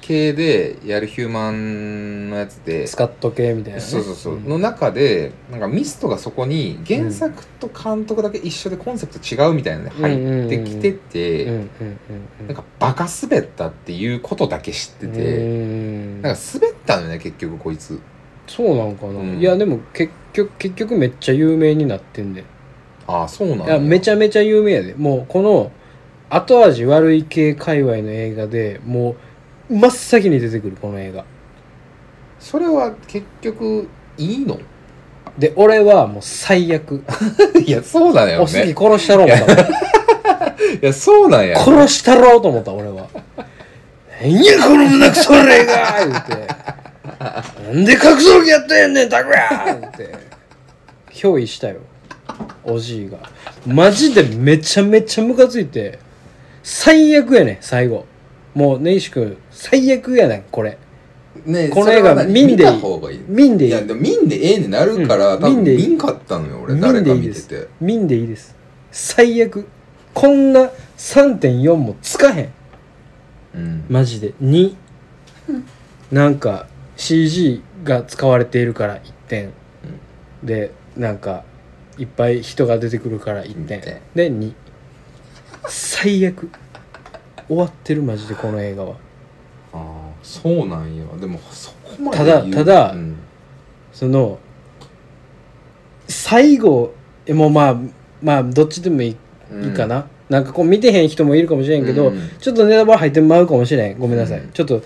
系でやるヒューマンのやつでスカット系みたいな、ね、そうそうそう、んの中でなんかミストがそこに原作と監督だけ一緒でコンセプト違うみたいなので入ってきてて、うんうんうんうんなんかバカ滑ったっていうことだけ知ってて、うんなんか滑ったのよね結局こいつそうなんかな、うんいやでも結局結局めっちゃ有名になってんで、ああそうなんいやめちゃゃめちゃ有名やでもうこの後味悪い系界隈の映画でもう真っ先に出てくるこの映画それは結局いいの で俺はもう最悪いやそうだよおすぎね殺したろう思ったいやそうなんや殺したろうと思った俺は「何やこの胸くそ映画!」言うて「なんで格闘技やってんねんたくや!」言うて憑依したよおじいがマジでめちゃめちゃムカついて最悪やねん最後もう根岸君最悪やねんこれねこそのれ映は画何見んでい見た方がいいい見んでいいいやでも見んでええになるから、うん多見分んでいい見んかったのよ俺見ん誰でかいい見でてすて見んでいいです最悪こんな3.4もつかへんうんマジで2なんか CG が使われているから1点、でなんかいっぱい人が出てくるから1点一点で2最悪終わってるマジでこの映画はあそうなんやでもそこまでただ言うただうんその最後えもうまあまあどっちでもいい,、うんかななんかこう見てへん人もいるかもしれんけど、うんちょっとネタバレ入ってまうかもしれんごめんなさい、うんちょっと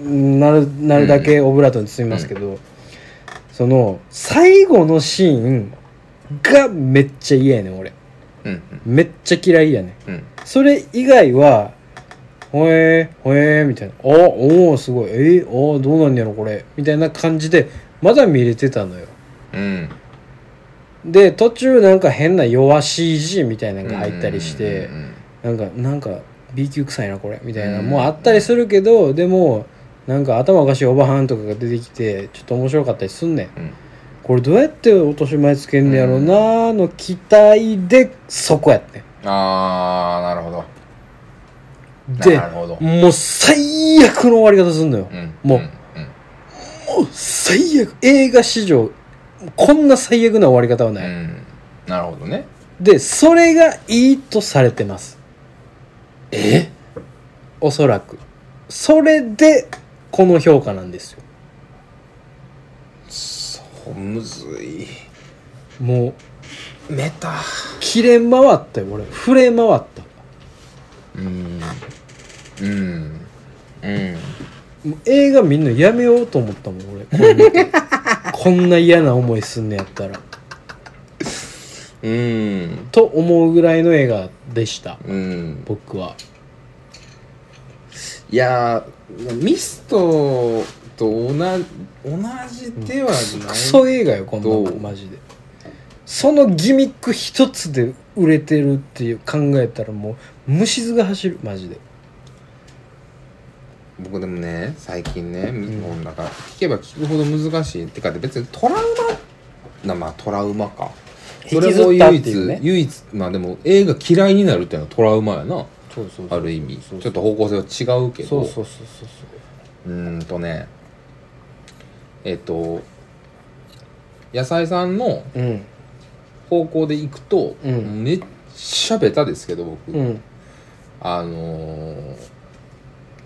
うんなるなるだけオブラートに包みますけど、その最後のシーンがめっちゃ嫌やねん俺うんめっちゃ嫌いやねんうんそれ以外は「ほえーほえー」みたいな「あおおすごいえー、あーどうなんやろこれ」みたいな感じでまだ見れてたのようんで途中なんか変な弱 CG みたいなのが入ったりして、うんうんなんかなんか B 級臭いなこれみたいな、うんもうあったりするけどでもなんか頭おかしいおばはんとかが出てきてちょっと面白かったりすんねんうんこれどうやって落とし前つけんねやろうなーの期待でそこやってああなるほどんでなるほどもう最悪の終わり方すんのよ、んもうんもう最悪映画史上こんな最悪な終わり方はうんない、うんなるほどねでそれがいいとされてますえおそらくそれでこの評価なんですよそうむずいもうメタ切れ回ったよ俺触れ回ったうんうんうんもう映画みんなやめようと思ったもん俺これ見て こんな嫌な思いすんのやったらうんと思うぐらいの映画でしたうん僕はいやーミストと同じ同じではないクソ映画よこんなもどうんマジでそのギミック一つで売れてるっていう考えたらもう虫唾が走るマジで僕でもね最近ねもうなんか聞けば聞くほど難しいってか別にトラウマなまあトラウマかそ引きれもずったっ唯て一、いうね唯一まあでも映画嫌いになるっていうのはトラウマやなそうそうある意味ちょっと方向性は違うけどそうそうそうそううーんとねえっ、と野菜さんのそううん方向で行くと、うんめっちゃベタですけど僕、うんあのー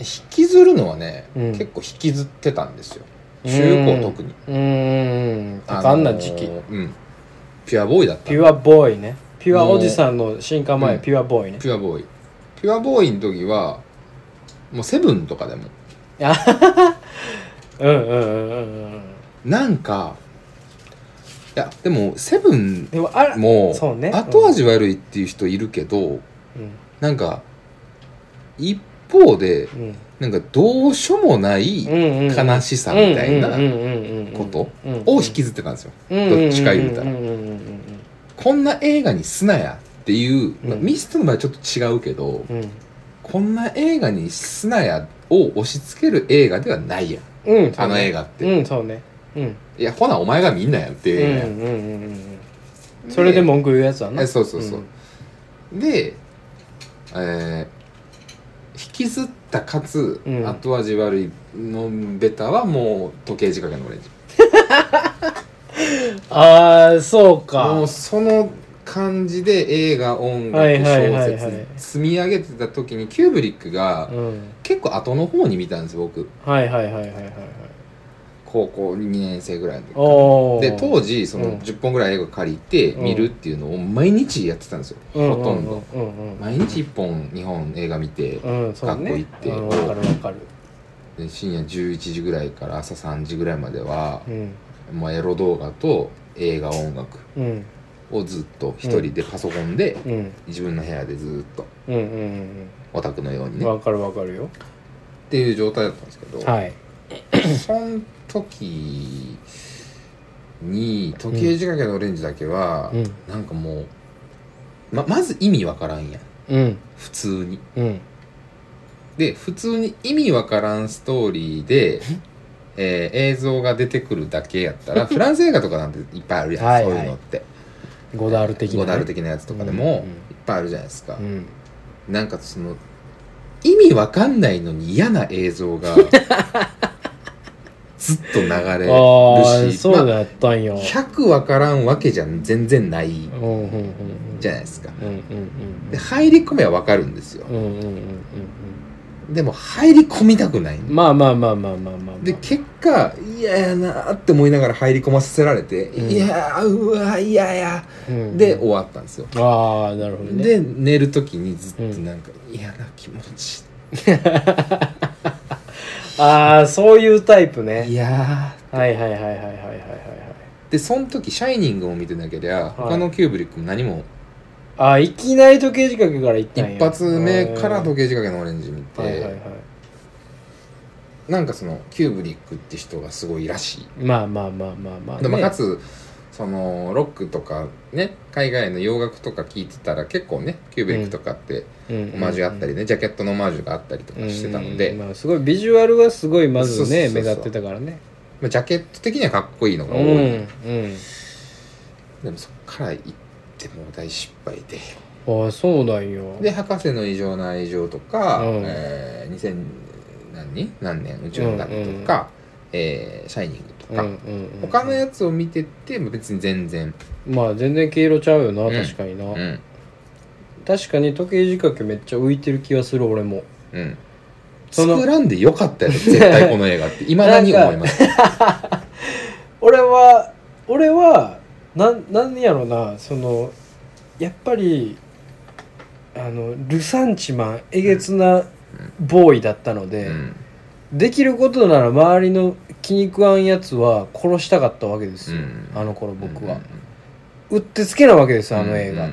引きずるのはね、うん結構引きずってたんですようん中高特にうーんあの多ー感な時期、うんピュアボーイだったピュアボーイねピュアおじさんの進化前、うんピュアボーイねピュアボーイピュアボーイの時はもうセブンとかでも うんうんうんうんうんなんかいやでもセブンでもあらもそうね後味悪いっていう人いるけど、うんなんか一方でうんなんかどうしようもないうんうんうん悲しさみたいなことを引きずずってたんですよ。るどっちか言うたらこんな映画にすなやっていう、まあうんミストの場合ちょっと違うけど、こんな映画にすなやを押し付ける映画ではないやんうんあの映画画って。うんそうねうんいやほなお前がみんなやっていううんうんうん映画やんうんそれで文句言うやつはなえそうそうそう、で、えー引きずったかつ、うん後味悪いのベタはもう時計仕掛けのオレンジああそうもかうその感じで映画音楽はい小はいはいはい説積み上げてた時にキューブリックがうん結構後の方に見たんです僕はいはいはいはいはいはい高校2年生ぐらいの時おおで当時そうんの10本ぐらい映画借りて見るっていうのを毎日やってたんですよ、ほほとんどうんうん毎日1本2本映画見て、うんそうね学校う行んっわかてるわかるで深夜11時ぐらいから朝3時ぐらいまではう、んもうエロ動画と映画音楽うんをずっと一人でパソコンで、うん自分の部屋でずっとうんうんオタクのようにうんねっわかるわかるよていう状態だったんですけど、はいその時に時計仕掛けのオレンジだけは、うんなんかもうままず意味わからんやんうん普通に。うんで普通に意味わからんストーリーで、えー映像が出てくるだけやったらフランス映画とかなんていっぱいあるやんはいそういうのってゴダール的なねゴダール的なやつとかでもうんうんいっぱいあるじゃないですか、うんなんかその意味わかんないのに嫌な映 像がずっと流れるしああそうまあだったんよ、 100わからんわけじゃ全然ないうんうんうんじゃないですかうんうんうんで入り込めはわかるんですようんうんうんうんでも入り込みたくないんだまあまあまあまあまあまあ、まあ、で結果嫌やなーって思いながら入り込ませられて、うんいやーうわー嫌やうんで終わったんですよ、ああなるほどねで寝る時にずっとなんか嫌な気持ち、ああそういうタイプねいやはいはいはいはいはいはいはいはいーでその時「シャイニング」を見てなけりゃ、他のキューブリックも何もああいきなり時計仕掛けから行ったんや一発目から時時計仕掛けのオレンジ見て、計はいはいはいなんかそのキューブリックって人がすごいらしいまあまあまあまあまあ、ね、でもかつそのロックとかね海外の洋楽とか聞いてたら結構ねキューブリックとかってオマージュあったりね、ジャケットのオマージュがあったりとかしてたので、うんうんうんまあ、すごいビジュアルはすごいまずねそうそうそうそう目立ってたからねまあ、ジャケット的にはかっこいいのうがん多い、うんでもそっから行ってもう大失敗でああそうなんよで「博士の異常な愛情」とか、うんえー2000何何年宇宙の旅とか、えーシャイニング」とうんうか、んうん、他のやつを見てても別に全然、まあ全然黄色ちゃうよな、うん確かにな、うん確かに時計仕掛けめっちゃ浮いてる気がする俺もうん、その作らんでよかったよ絶対この映画 っていまだに思います俺は俺はなんなんやろなそのやっぱりあのルサンチマンえげつなボーイだったので、うんできることなら周りの気に食わんやつは殺したかったわけですよ、うんあの頃僕はうん、うってつけなわけですうんあの映画、うん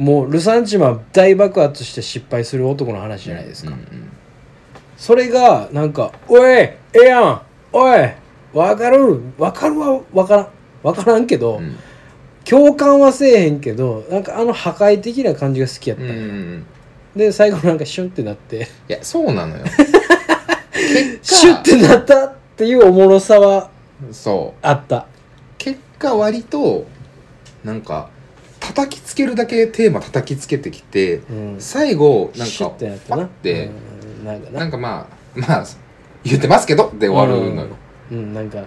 うんもうルサンチマン大爆発して失敗する男の話じゃないですか、うんうんそれがなんか「おいええやんおいわかるわかるはわからんわからんけど、うん共感はせえへんけどなんかあの破壊的な感じが好きやった、うんうんうんで最後なんかシュンってなっていやそう なのよシ結ュンってなったっていうおもろさは果そうあった結果割となんか叩きつけるだけテーマ叩きつけてきてうん最後なんシュかッてなったなパッてうんなんかななんかまあまあ言ってますけどで終わるのようんなんか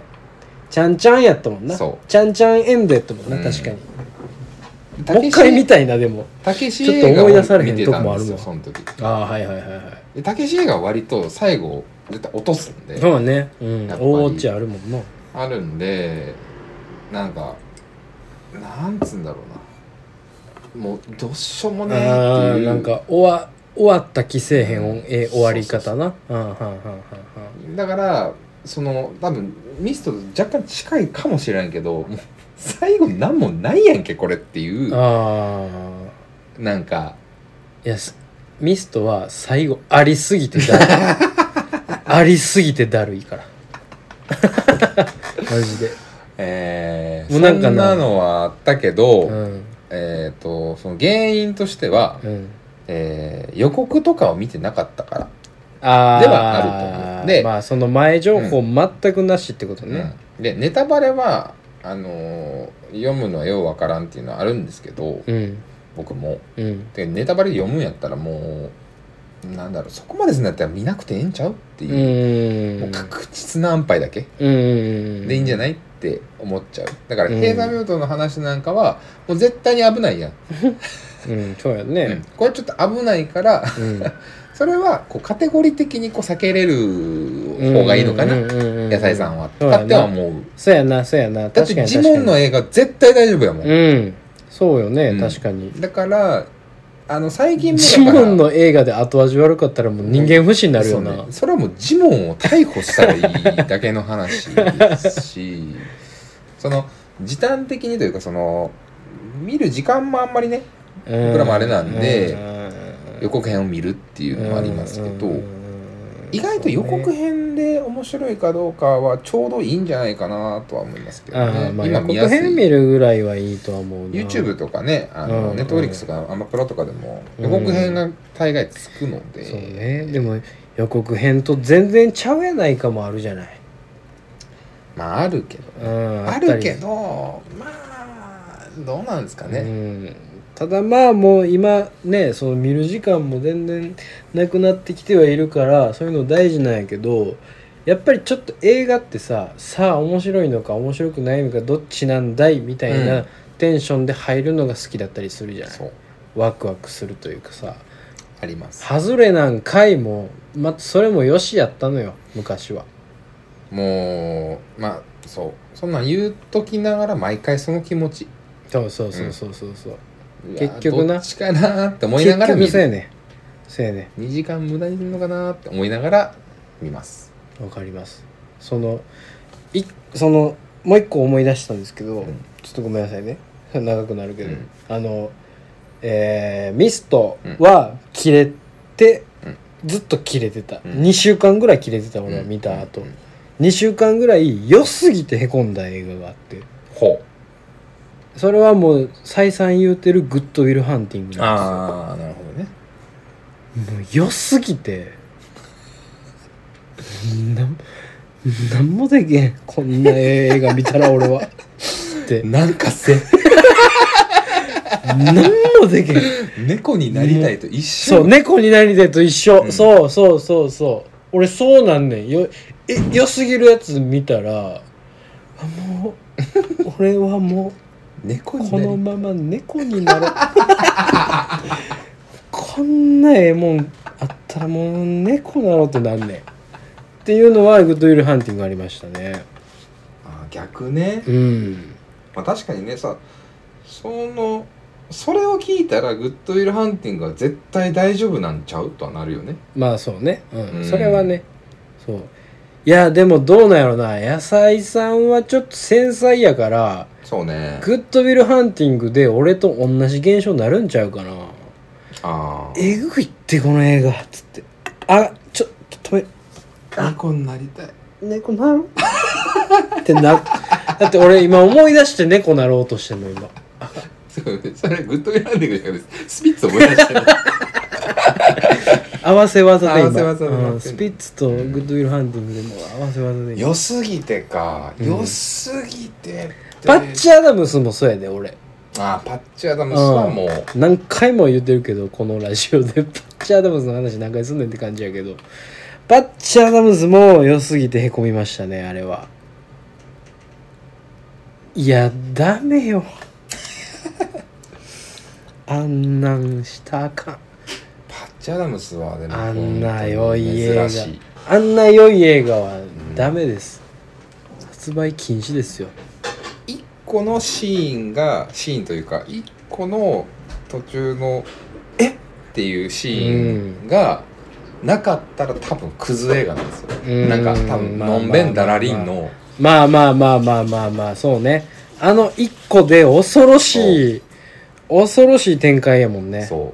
ちゃんちゃんやったもんなそうちゃんちゃんエンドやったもんな、うん確かにたもうけ一し回見たいなでもたけしちょっ映と画思い出さをれへ見んてとたこんもあでるすよわその時ああはいはいはいはいでたけし映画は割と最後絶対落とすんでそうねうんやっぱり大落ちあるもんなあるんでなんかなんつうんだろうなもうどうしようもねえっあていーうなんか終わ終わった気せえへん、おんえー終わり方なうんはんはんはんはんはんだからその多分ミストと若干近いかもしれんけどもう最後何もないやんけこれっていうああなんかいやすミストは最後ありすぎてだ るいありすぎてだるいからマジでえー、もうなんそかんななのはあったけど、うんえっ、とその原因としては、うんえー予告とかを見てなかったから、あーではあると思うでまあその前情報全くなしってことね、うんでネタバレはあのー読むのはようわからんっていうのはあるんですけどうん僕もうんでネタバレ読むんやったらもうなんだろうそこまでするんだったら見なくてええんちゃうってういう。んもう確実な安牌だけうんでいいんじゃないないって思っちゃうだからうん閉鎖病棟の話なんかはもう絶対に危ないやん、うんそうやうんねこれちょっと危ないから うんそれはこうカテゴリー的にこう避けれる方がいいのかな、野野菜さんは、そうやだなっては思うそうやなそうやなだって確かにジモンの映画絶対大丈夫やもん、確かにうんそうよね、うん確かにだからあの最近もジだからモンの映画で後味悪かったらもう人間不信になるよな、そうねそれはもうジモンを逮捕したらいいだけの話ですし その時短的にというかその見る時間もあんまりねうん僕らもあれなんでうん予告編を見るっていうのはありますけど、うん意外と予告そうね編で面白いかどうかはちょうどいいんじゃないかなとは思いますけどあね、ーまあ、今予見告やすい編見るぐらいはいいとは思うな YouTube とかねあうのんネットフリックスとかアマプラとかでも予告編が大概つくので、そうねでも予告編と全然ちゃうやないかもあるじゃない、まああるけどうん、あったりるけどまあどうなんですかね、うん、ただまあもう今ねその見る時間も全然なくなってきてはいるからそういうの大事なんやけどやっぱりちょっと映画ってささあ面白いのか面白くないのかどっちなんだいみたいな、うんテンションで入るのが好きだったりするじゃないそうワクワクするというかさありますハズレなんかいもまそれもよしやったのよ昔はもうまあそうそんなん言うときながら毎回その気持ちそうそうそうそうそうそううわ結局などっちかなーって思い結ながら見局そうやるねそうやね2時間無駄にするのかなーって思いながら見ますわかりますそのいそのもう一個思い出したんですけど、うんちょっとごめんなさいね 長くなるけど、うんあのえーミストは切れて、うんずっと切れてた、うん2週間ぐらい切れてた俺は見た後、うんうんうん2週間ぐらい良すぎてへこんだ映画があってほうそれはもう再三言うてるグッドウィルハンティングなんああなるほどねですよもう良すぎてなんなんもできへんこんな映画見たら俺はってなんかせなんもできへん 猫になりたいと一緒そう猫になりたいと一緒、うんそうそうそうそう俺そうなんねんよえ良すぎるやつ見たらあもう俺はも猫うにこなりのまま猫に なるこんなええもんあったらもう猫なろうとなんねんっていうのはグッドウィルハンティングありましたねあー逆ねうんまあ、確かにねさそのそれを聞いたらグッドウィルハンティングは絶対大丈夫なんちゃうとはなるよねまあそうね、うんうんそれはねそういやでもどうなんやろな野菜さんはちょっと繊細やからそうねグッドウィルハンティングで俺と同じ現象になるんちゃうかなあえぐいってこの映画っつってあちょっと止あ猫になりたいめ猫なろ ってなだって俺今思い出して猫なろうとしてんの今そうねそれグッドウィルハンティングじゃなくてスピッツ思い出してる合わせ技で合わせ今技でなってんのうんスピッツとグッドウィルハンティングでもう合わせ技で今 良すぎてか、うん良すぎてってパッチ・アダムスもそうやで俺あーパッチアダムスはもう、何回も言ってるけどこのラジオで パッチ・アダムスの話何回すんねんって感じやけどパッチ・アダムスも良すぎてへこみましたねあれはいやダメ よあんなんしたらあかんパッチアダムスはでもあんな良い映画珍しいあんな良い映画はダメです、発売禁止ですよ一個のシーンがシーンというか一個の途中の「えっ!」っていうシーンがなかったら多分クズ映画なんですよ、うんなんか多分まあまあのんべんだらりんのまあまあまあまあまあまあそうねあの一個で恐ろしい恐ろしい展開やもんねそう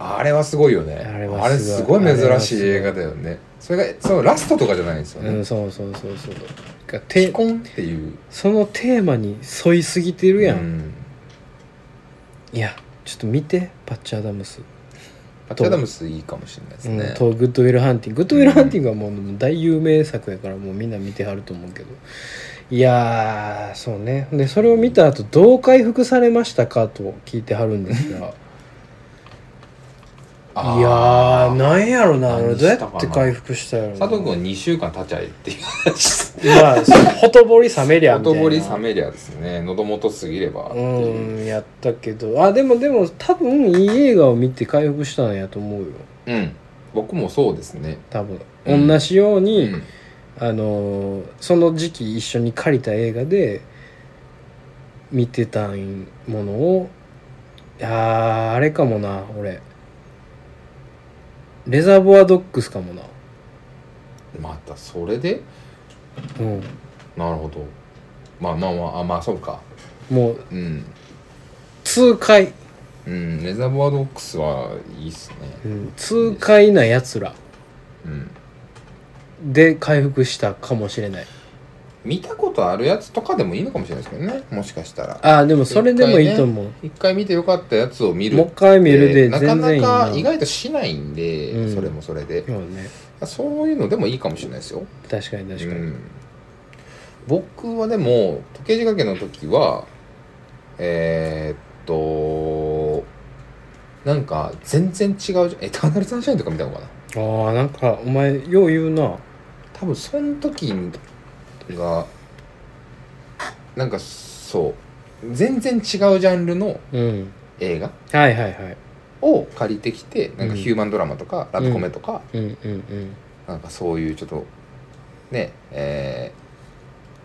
あれはすごいよねあれはあれすすごごいい珍しい映画だよねそれがそのラストとかじゃないんですよね、うん、そうそうそうそうがピてコンっていうそのテーマに沿いすぎてるやん、うんいやちょっと見てパッチ・アダムス、パッチアダムスいいかもしれないですね、うん、とグッドウィル・ハンティンググッドウィル・ハンティングはもうもう大有名作やからもうみんな見てはると思うけどいやーそうねでそれを見た後どう回復されましたかと聞いてはるんですが あーいやーなんやろな俺ど何うしやたかなって回復したやろな佐藤君は2週間経っちゃえっていうまあ、そうほとぼり冷めりゃほみたいとな。ぼり冷めりゃですね喉元すぎればっていう、うん、やったけど。あ、でもでも、多分いい映画を見て回復したんやと思うよ。うん、僕もそうですね多分。うん同じように、うんあのー、その時期一緒に借りた映画で、見てたものを、いやー、あれかもな、俺。レザーボアドッグスかもな。またそれでうん。なるほどまあまあまああまあそうかもう、うん痛快。うんレザーボアドックスはいいっすねうん、痛快な奴らうんで回復したかもしれない。見たことあるやつとかでもいいのかもしれないですけどねもしかしたらああでもそれでもいいと思う、一回見てよかったやつを見るもう一回見るでな全か然いなないか意外としないんで、うんそれもそれでそうねそういうのでもいいかもしれないですよ確かに確かに、うん僕はでも時計仕掛けの時はえーっとなんか全然違うじゃんエターナルサンシャインとか見たのかなああなんかお前よう言うな多分その時がなんかそう全然違うジャンルのうん映画はいはいはいを借りてきてなんかヒューマンドラマとか、ラブコメとか、うんうんなんかそういうちょっとねえ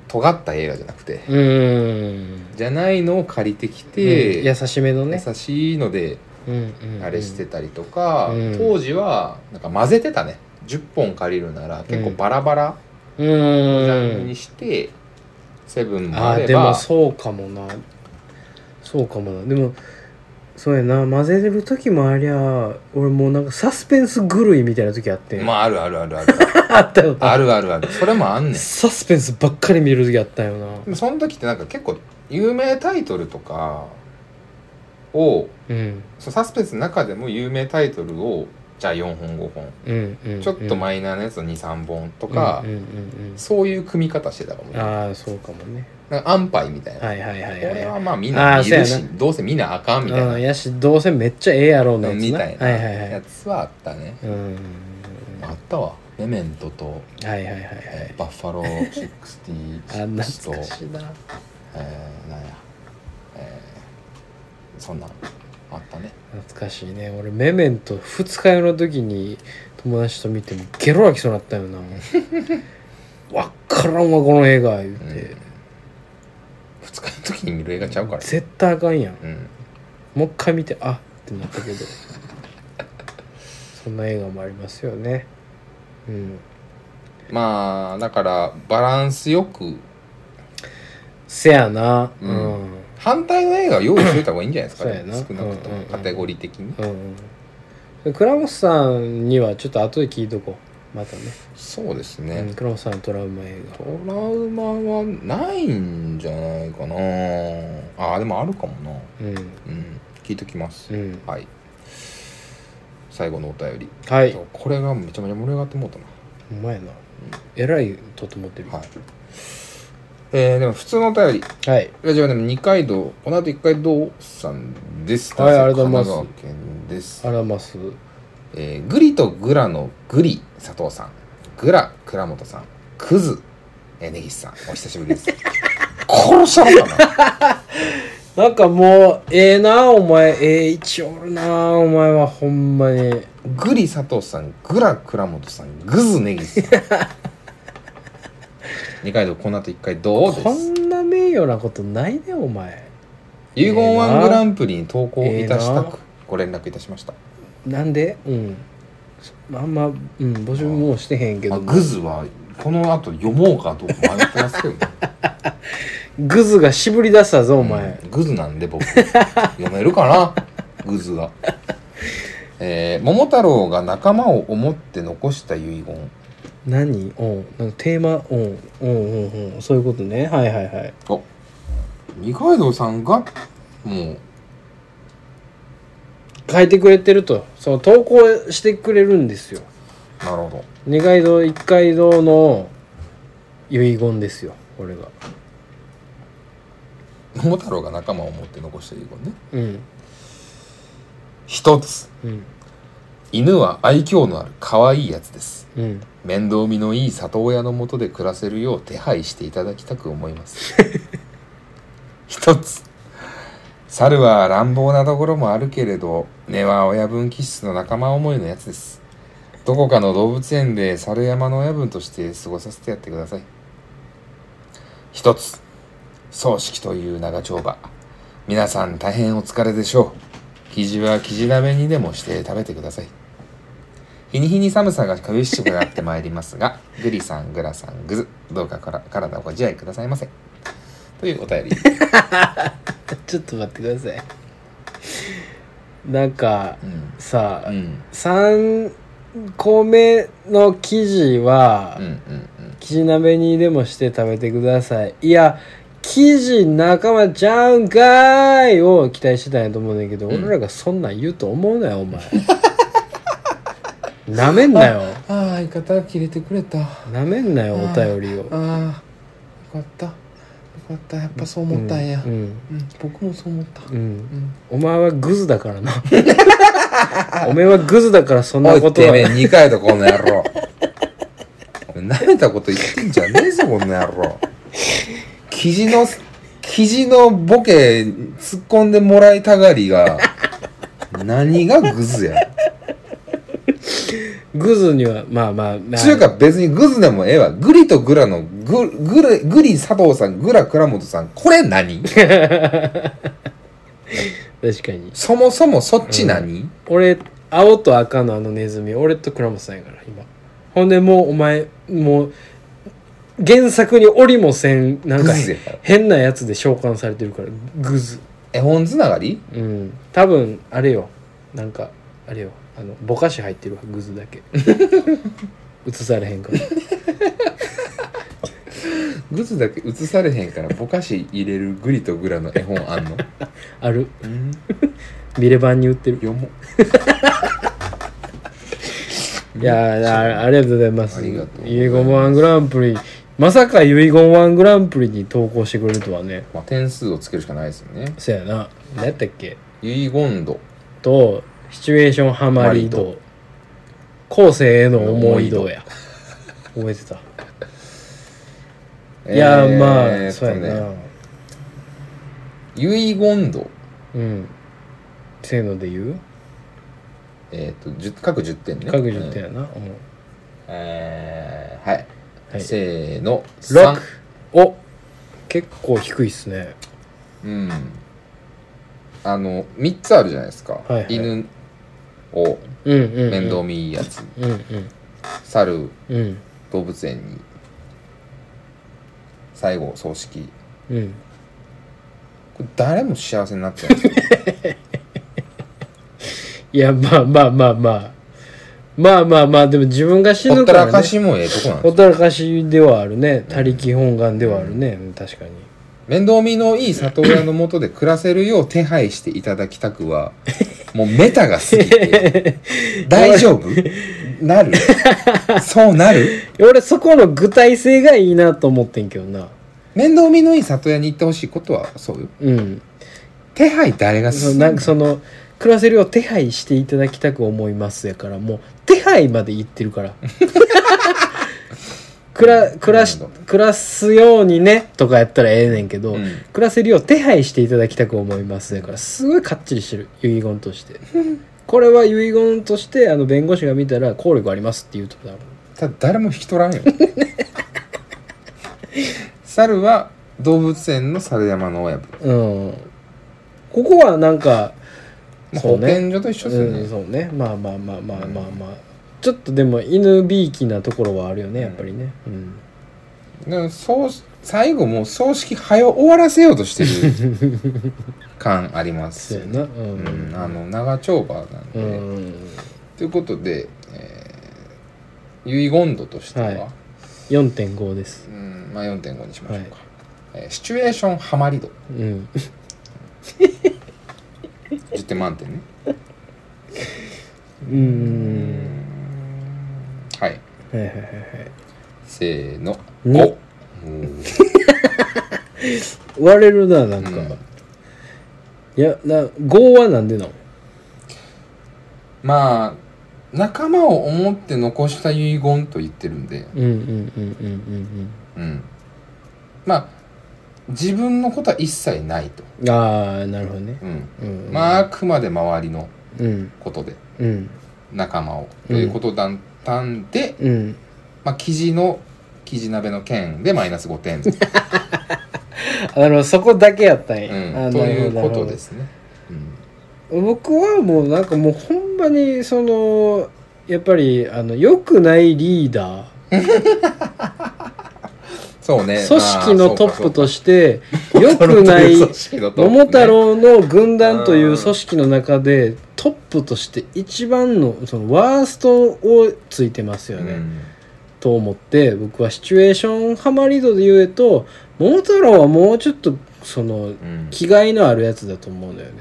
ー、尖った映画じゃなくて、うんうんじゃないのを借りてきて、優しめのね優しいのでうんうんうんあれしてたりとか、うん当時はなんか混ぜてたね10本借りるなら結構バラバラうジャンルんにして、セブンもああーれでもばそうかもなそうかもなでもそうやな混ぜれる時もありゃ俺もうなんかサスペンス狂いみたいな時あって、まああるあるあるあるあったよなあるあるあるそれもあんねんサスペンスばっかり見る時あったよなでもその時ってなんか結構有名タイトルとかをうんそのサスペンスの中でも有名タイトルをじゃあ4本5本、うんうん、うん、ちょっとマイナーなやつを23本ととか、うんうんうんそういう組み方してたかもうん、ねああそうかもねなんか安牌みたいな、はいはいはいこはいれははまあみんなあー見るそうしやどうせみんなあかんみたいうん、なやしどうせめっちゃええやろうなやつなみたいなはいはいはやいつはあったねうんあったわメメントと、はいはいはいはえいーバッファローあんな66と懐かしいなえー、なんや、えー、そんなんあったね懐かしいね俺メメント二日酔いの時に友達と見てもゲロ泣きそうになったよな わっからんわこの映画言って、うん2日の時に見る映画ちゃうから絶対あかんやんうんもう一回見てあってなったけどそんな映画もありますよねうんまあだからバランスよくせやなう、うんんうん反対の映画を用意しといた方がいいんじゃないですかそうやな少なくとうんうんうもんカテゴリー的に、うん、倉本さんにはちょっと後で聞いとこうまたねそうですね、うん、倉本さんのトラウマ映トラウマはないんじゃないかなあーでもあるかもな画うんうん聞いときます、うんはい最後のお便り、はいこれがめちゃめちゃ盛り上がってもうたなお前なえらい整ってるはいえー、でも普通のお便りはいラジオネーム二階堂この後一階堂さんですはいありがとうございます神奈川県ですあらますえー、グリとグラのグリ佐藤さんグラ倉本さんクズえー根岸さんお久しぶりです 殺したのかななんかもうええなお前ええ一応おるなお前はほんまにグリ佐藤さん、グラ倉本さん、グズネギさん。 二階堂この後一回どうでこす。んな名誉なことないねお前遺言ワングランプリに投稿いたしたくご連絡いたしました。なんでうんあんま、うん、募集もうしてへんけまどあ、もグズはこの後読もうかどうか迷ってますけど、ね、グズが渋り出したぞ お前、うんグズなんで僕読めるかな グズが。えー、桃太郎が仲間を思って残した遺言何うんなんかテーマうんうんうんうんそういうことねはいはいはいあ二階堂さんがもう書いてくれてるとその投稿してくれるんですよなるほど二階堂一階堂の遺言ですよ俺が桃太郎が仲間を思って残した遺言うねん一つうん犬は愛嬌のある可愛いやつですうん面倒見のいい里親のもとで暮らせるよう手配していただきたく思います 一つ猿は乱暴なところもあるけれど根は親分気質の仲間思いのやつですどこかの動物園で猿山の親分として過ごさせてやってください一つ葬式という長丁場皆さん大変お疲れでしょう生地は生地鍋にでもして食べてください日に日に寒さが厳しくなってまいりますが グリさんグラさんグズどうかから体をご自愛くださいませというお便りちょっと待ってくださいなんかうんさ、うん三個目の記事は、うんうん生地鍋にでもして食べてくださいいや生地仲間ちゃうんかーいを期待してたんやと思うねんだけど、うん俺らがそんなん言うと思うなよ お前なめんなよああ相方が切れてくれたあなめんなよお便りをあーよかったよかったやっぱそう思ったんや、ううんん僕もそう思った、うん、うんんお前はグズだからな お前はグズだからそんなおこいとてめえは2回とこの野郎お前舐めたこと言ってんじゃねえぞこの野郎記事の記事のボケ突っ込んでもらいたがりが何がグズや。グズにはまあまあまあちゅうか別にグズでもええわ。グリとグラのグ、グレ、グリ佐藤さん、グラ倉本さん、これ何 確かにそもそもそっち何、俺青と赤のあのネズミ俺と倉本さんやから今ほんでもうお前もう原作に折りもせんなんグかズやから。変なやつで召喚されてるからグズ絵本つながりうん多分あれよなんかあれよあのぼかし入ってるわグズだけ 映されへんからグズだけ映されへんからぼかし入れるグリとグラの絵本あんのあるうん ビレ版に売ってる読もういやーあありがとうございますありがとうございます遺言ワングランプリまさか遺言ワングランプリに投稿してくれるとはねまあ点数をつけるしかないですよねそやな何やったっけ遺言度とシチュエーションハマりマ度後世への思い度や覚えてた、いやーまあそうやな、遺言度うんせーので言うえっ、と10各10点ね各10点うんやな、うんえーはい、はいせーの6お結構低いっすね3うんあの3つあるじゃないですか、はいはい犬をうんうん、うん、面倒見いいやつ、うんうん猿うん動物園に最後葬式うんこれ誰も幸せになってないです よいやまあまあまあまあまあまあまあでも自分が死ほぬったから、らね、かしもええとこなんですほっよたらかしではあるね他力本願ではあるね、うん確かに面倒見のいい里親のもとで暮らせるよう手配していただきた くはもうメタが過ぎて大丈夫なるそうなる俺そこの具体性がいいなと思ってんけどな面倒見のいい里親に行ってほしいことはそうようん手配誰がすそのなんかその暮らせるよう手配していただきたく思いますやからもう手配まで行ってるから 暮ら暮らしなるほど暮らすようにねとかやったらええねんけど、うん暮らせるよう手配していただきたく思いますやからすごいかっちりしてる遺言としてこれは遺言としてあの弁護士が見たら効力ありますって言うとこだろただ誰も引き取ら んよ猿は動物園の猿山の親分うんここはなんかまあそ保うね健所と一緒ですよね、うん、そうねまあまあまあまあまあまあ、ちょっとでも犬びいきなところはあるよねやっぱりねうん、でもそう最後もう葬式早終わらせようとしてる 感ありますそうよやねなうんうん、あの長丁場なうんで、んということで、えー遺言度としては、はい4.5ですうんまあ、4.5にしましょうか、はえーシチュエーションハマり度うん10点満点ねううんはいはいはいはいはいせーのに5うん割れるななんか、うんいやな5はなんでなのまあ仲間を思って残した遺言と言ってるんで、うんうんうんうんうんうん、まあ自分のことは一切ないと、うんああなるほどねうんうんまああくまで周りのうんことでうん仲間をうとんいうことだったんで、うんまあ、生地の生地鍋の件でマイナス5点、 うあなるほどそこだけやったんや、あん、ということですすね、うん僕はもうなんかもうほんまにそのやっぱりあの良くないリーダーそうね組織のトップとして良 まあそうかそうかくない組織のトップね桃太郎の軍団というんう組織の中でトップとして一番のそのワーストをついてますよね、うんと思って僕はシチュエーションハマり度で言うと桃太郎はもうちょっとそのうん気概のあるやつだと思うのよね。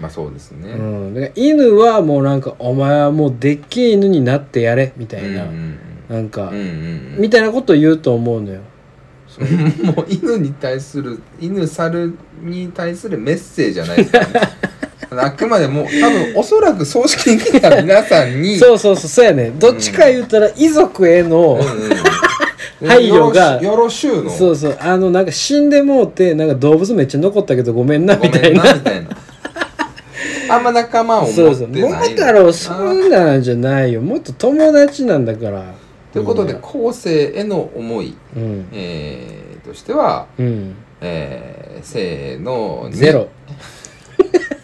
まあそうですね、ううんん、だから犬はもうなんか「お前はもうでっけえ犬になってやれ」みたいな、うんなんか、うんうんみたいなことを言うと思うのよ。うん もう犬に対する犬猿に対するメッセージじゃないで すか、ね、あくまでも多分おそらく葬式に来た皆さんにそうそうそうそうやねどっちか言ったら遺族への、うんうん配慮がよろしゅうのそうそうあのなんか死んでもうてなんか動物めっちゃ残ったけどごめんなごみためいんななみたいなあんま仲間を持ってそなういそう桃太郎そんなんじゃないよもっと友達なんだからということでみんな後世への思い、うんえーとしては、うんえーせーのにゼロ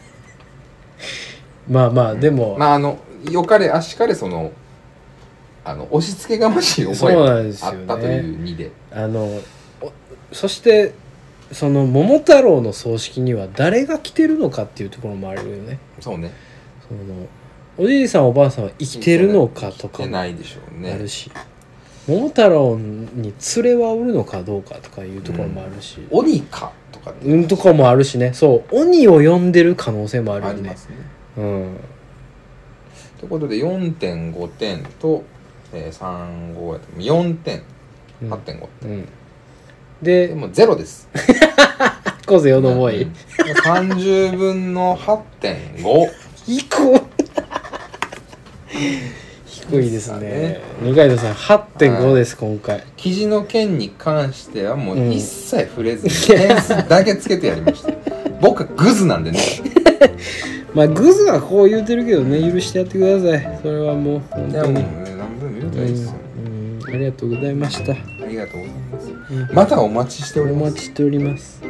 まあまあでも、まああのよかれあしかれそのあの押し付けがましい思いそうがなんあっですよねたという2であのおそしてその桃太郎の葬式には誰が来てるのかっていうところもあるよねそうねそのおじいさんおばあさんは生きてるのかと生きかてもあないでしょうねるし、桃太郎に連れはおるのかどうかとかいうところもあるし、鬼かとかってうん、とかもあるしねそう鬼を呼んでる可能性もあるあよりねますねうんということで4.5点と、えー、35やと4点うん8.5点、うんででもゼロです「行こうぜよのぼういん」30分の「8.5行こう」 低いですね二階堂さん8.5です今回記事の件に関してはもうんう一切触れずに点数だけつけてやりました僕はグズなんでねまあグズはこう言うてるけどね許してやってくださいそれはもう本いや当もにうね何分見れたうらいいんですよ、うんありがとうございましたありがとうございますんまたお待ちしておおりま待ちすしております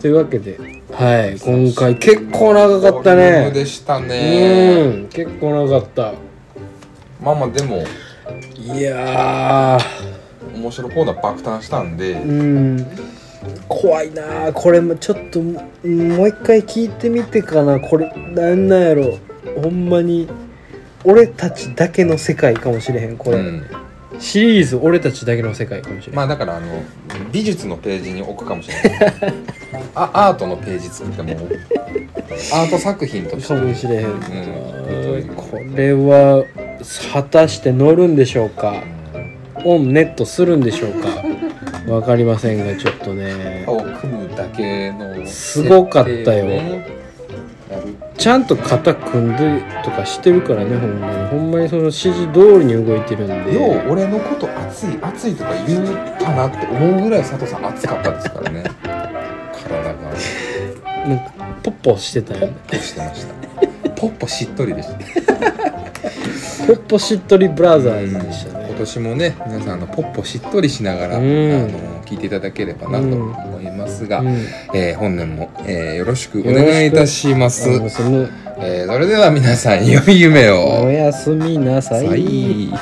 というわけではい今回結構長かったボリュームねでしたねうん結構長かったまあまあでもいやー面白いコーナー爆誕したんで、うん怖いなーこれもちょっとももう一回聞いてみてかなこれなんなんやろほんまに俺たちだけの世界かもしれへんこうれ、ん、シリーズ俺たちだけの世界かもしれへん、まあだからあの美術のページに置くかもしれない あアートのページ作ってもうアート作品としかてもしれへん、んこれは果たして乗るんでしょうかオンネットするんでしょうかわかりませんがちょっとねを組むだけのすごかったよ設定をねやるちゃんと肩組んでとかしてるからねほんまにほんまにその指示通りに動いてるんでよう俺のこと熱い熱いとか言うかなって思うぐらい佐藤さん熱かったですから ね体ながんかポッポしてたよねポッポしてましたポッポしっとりでしたポッポしっとりブラザーズでした今ね年もね皆さんあのポッポしっとりしながら、うんあの聞いていただければなと思いますが、うんえー本年も、えーよろしくお願いいたしますあのそのえーそれでは皆さん良い夢おをやすみなささいい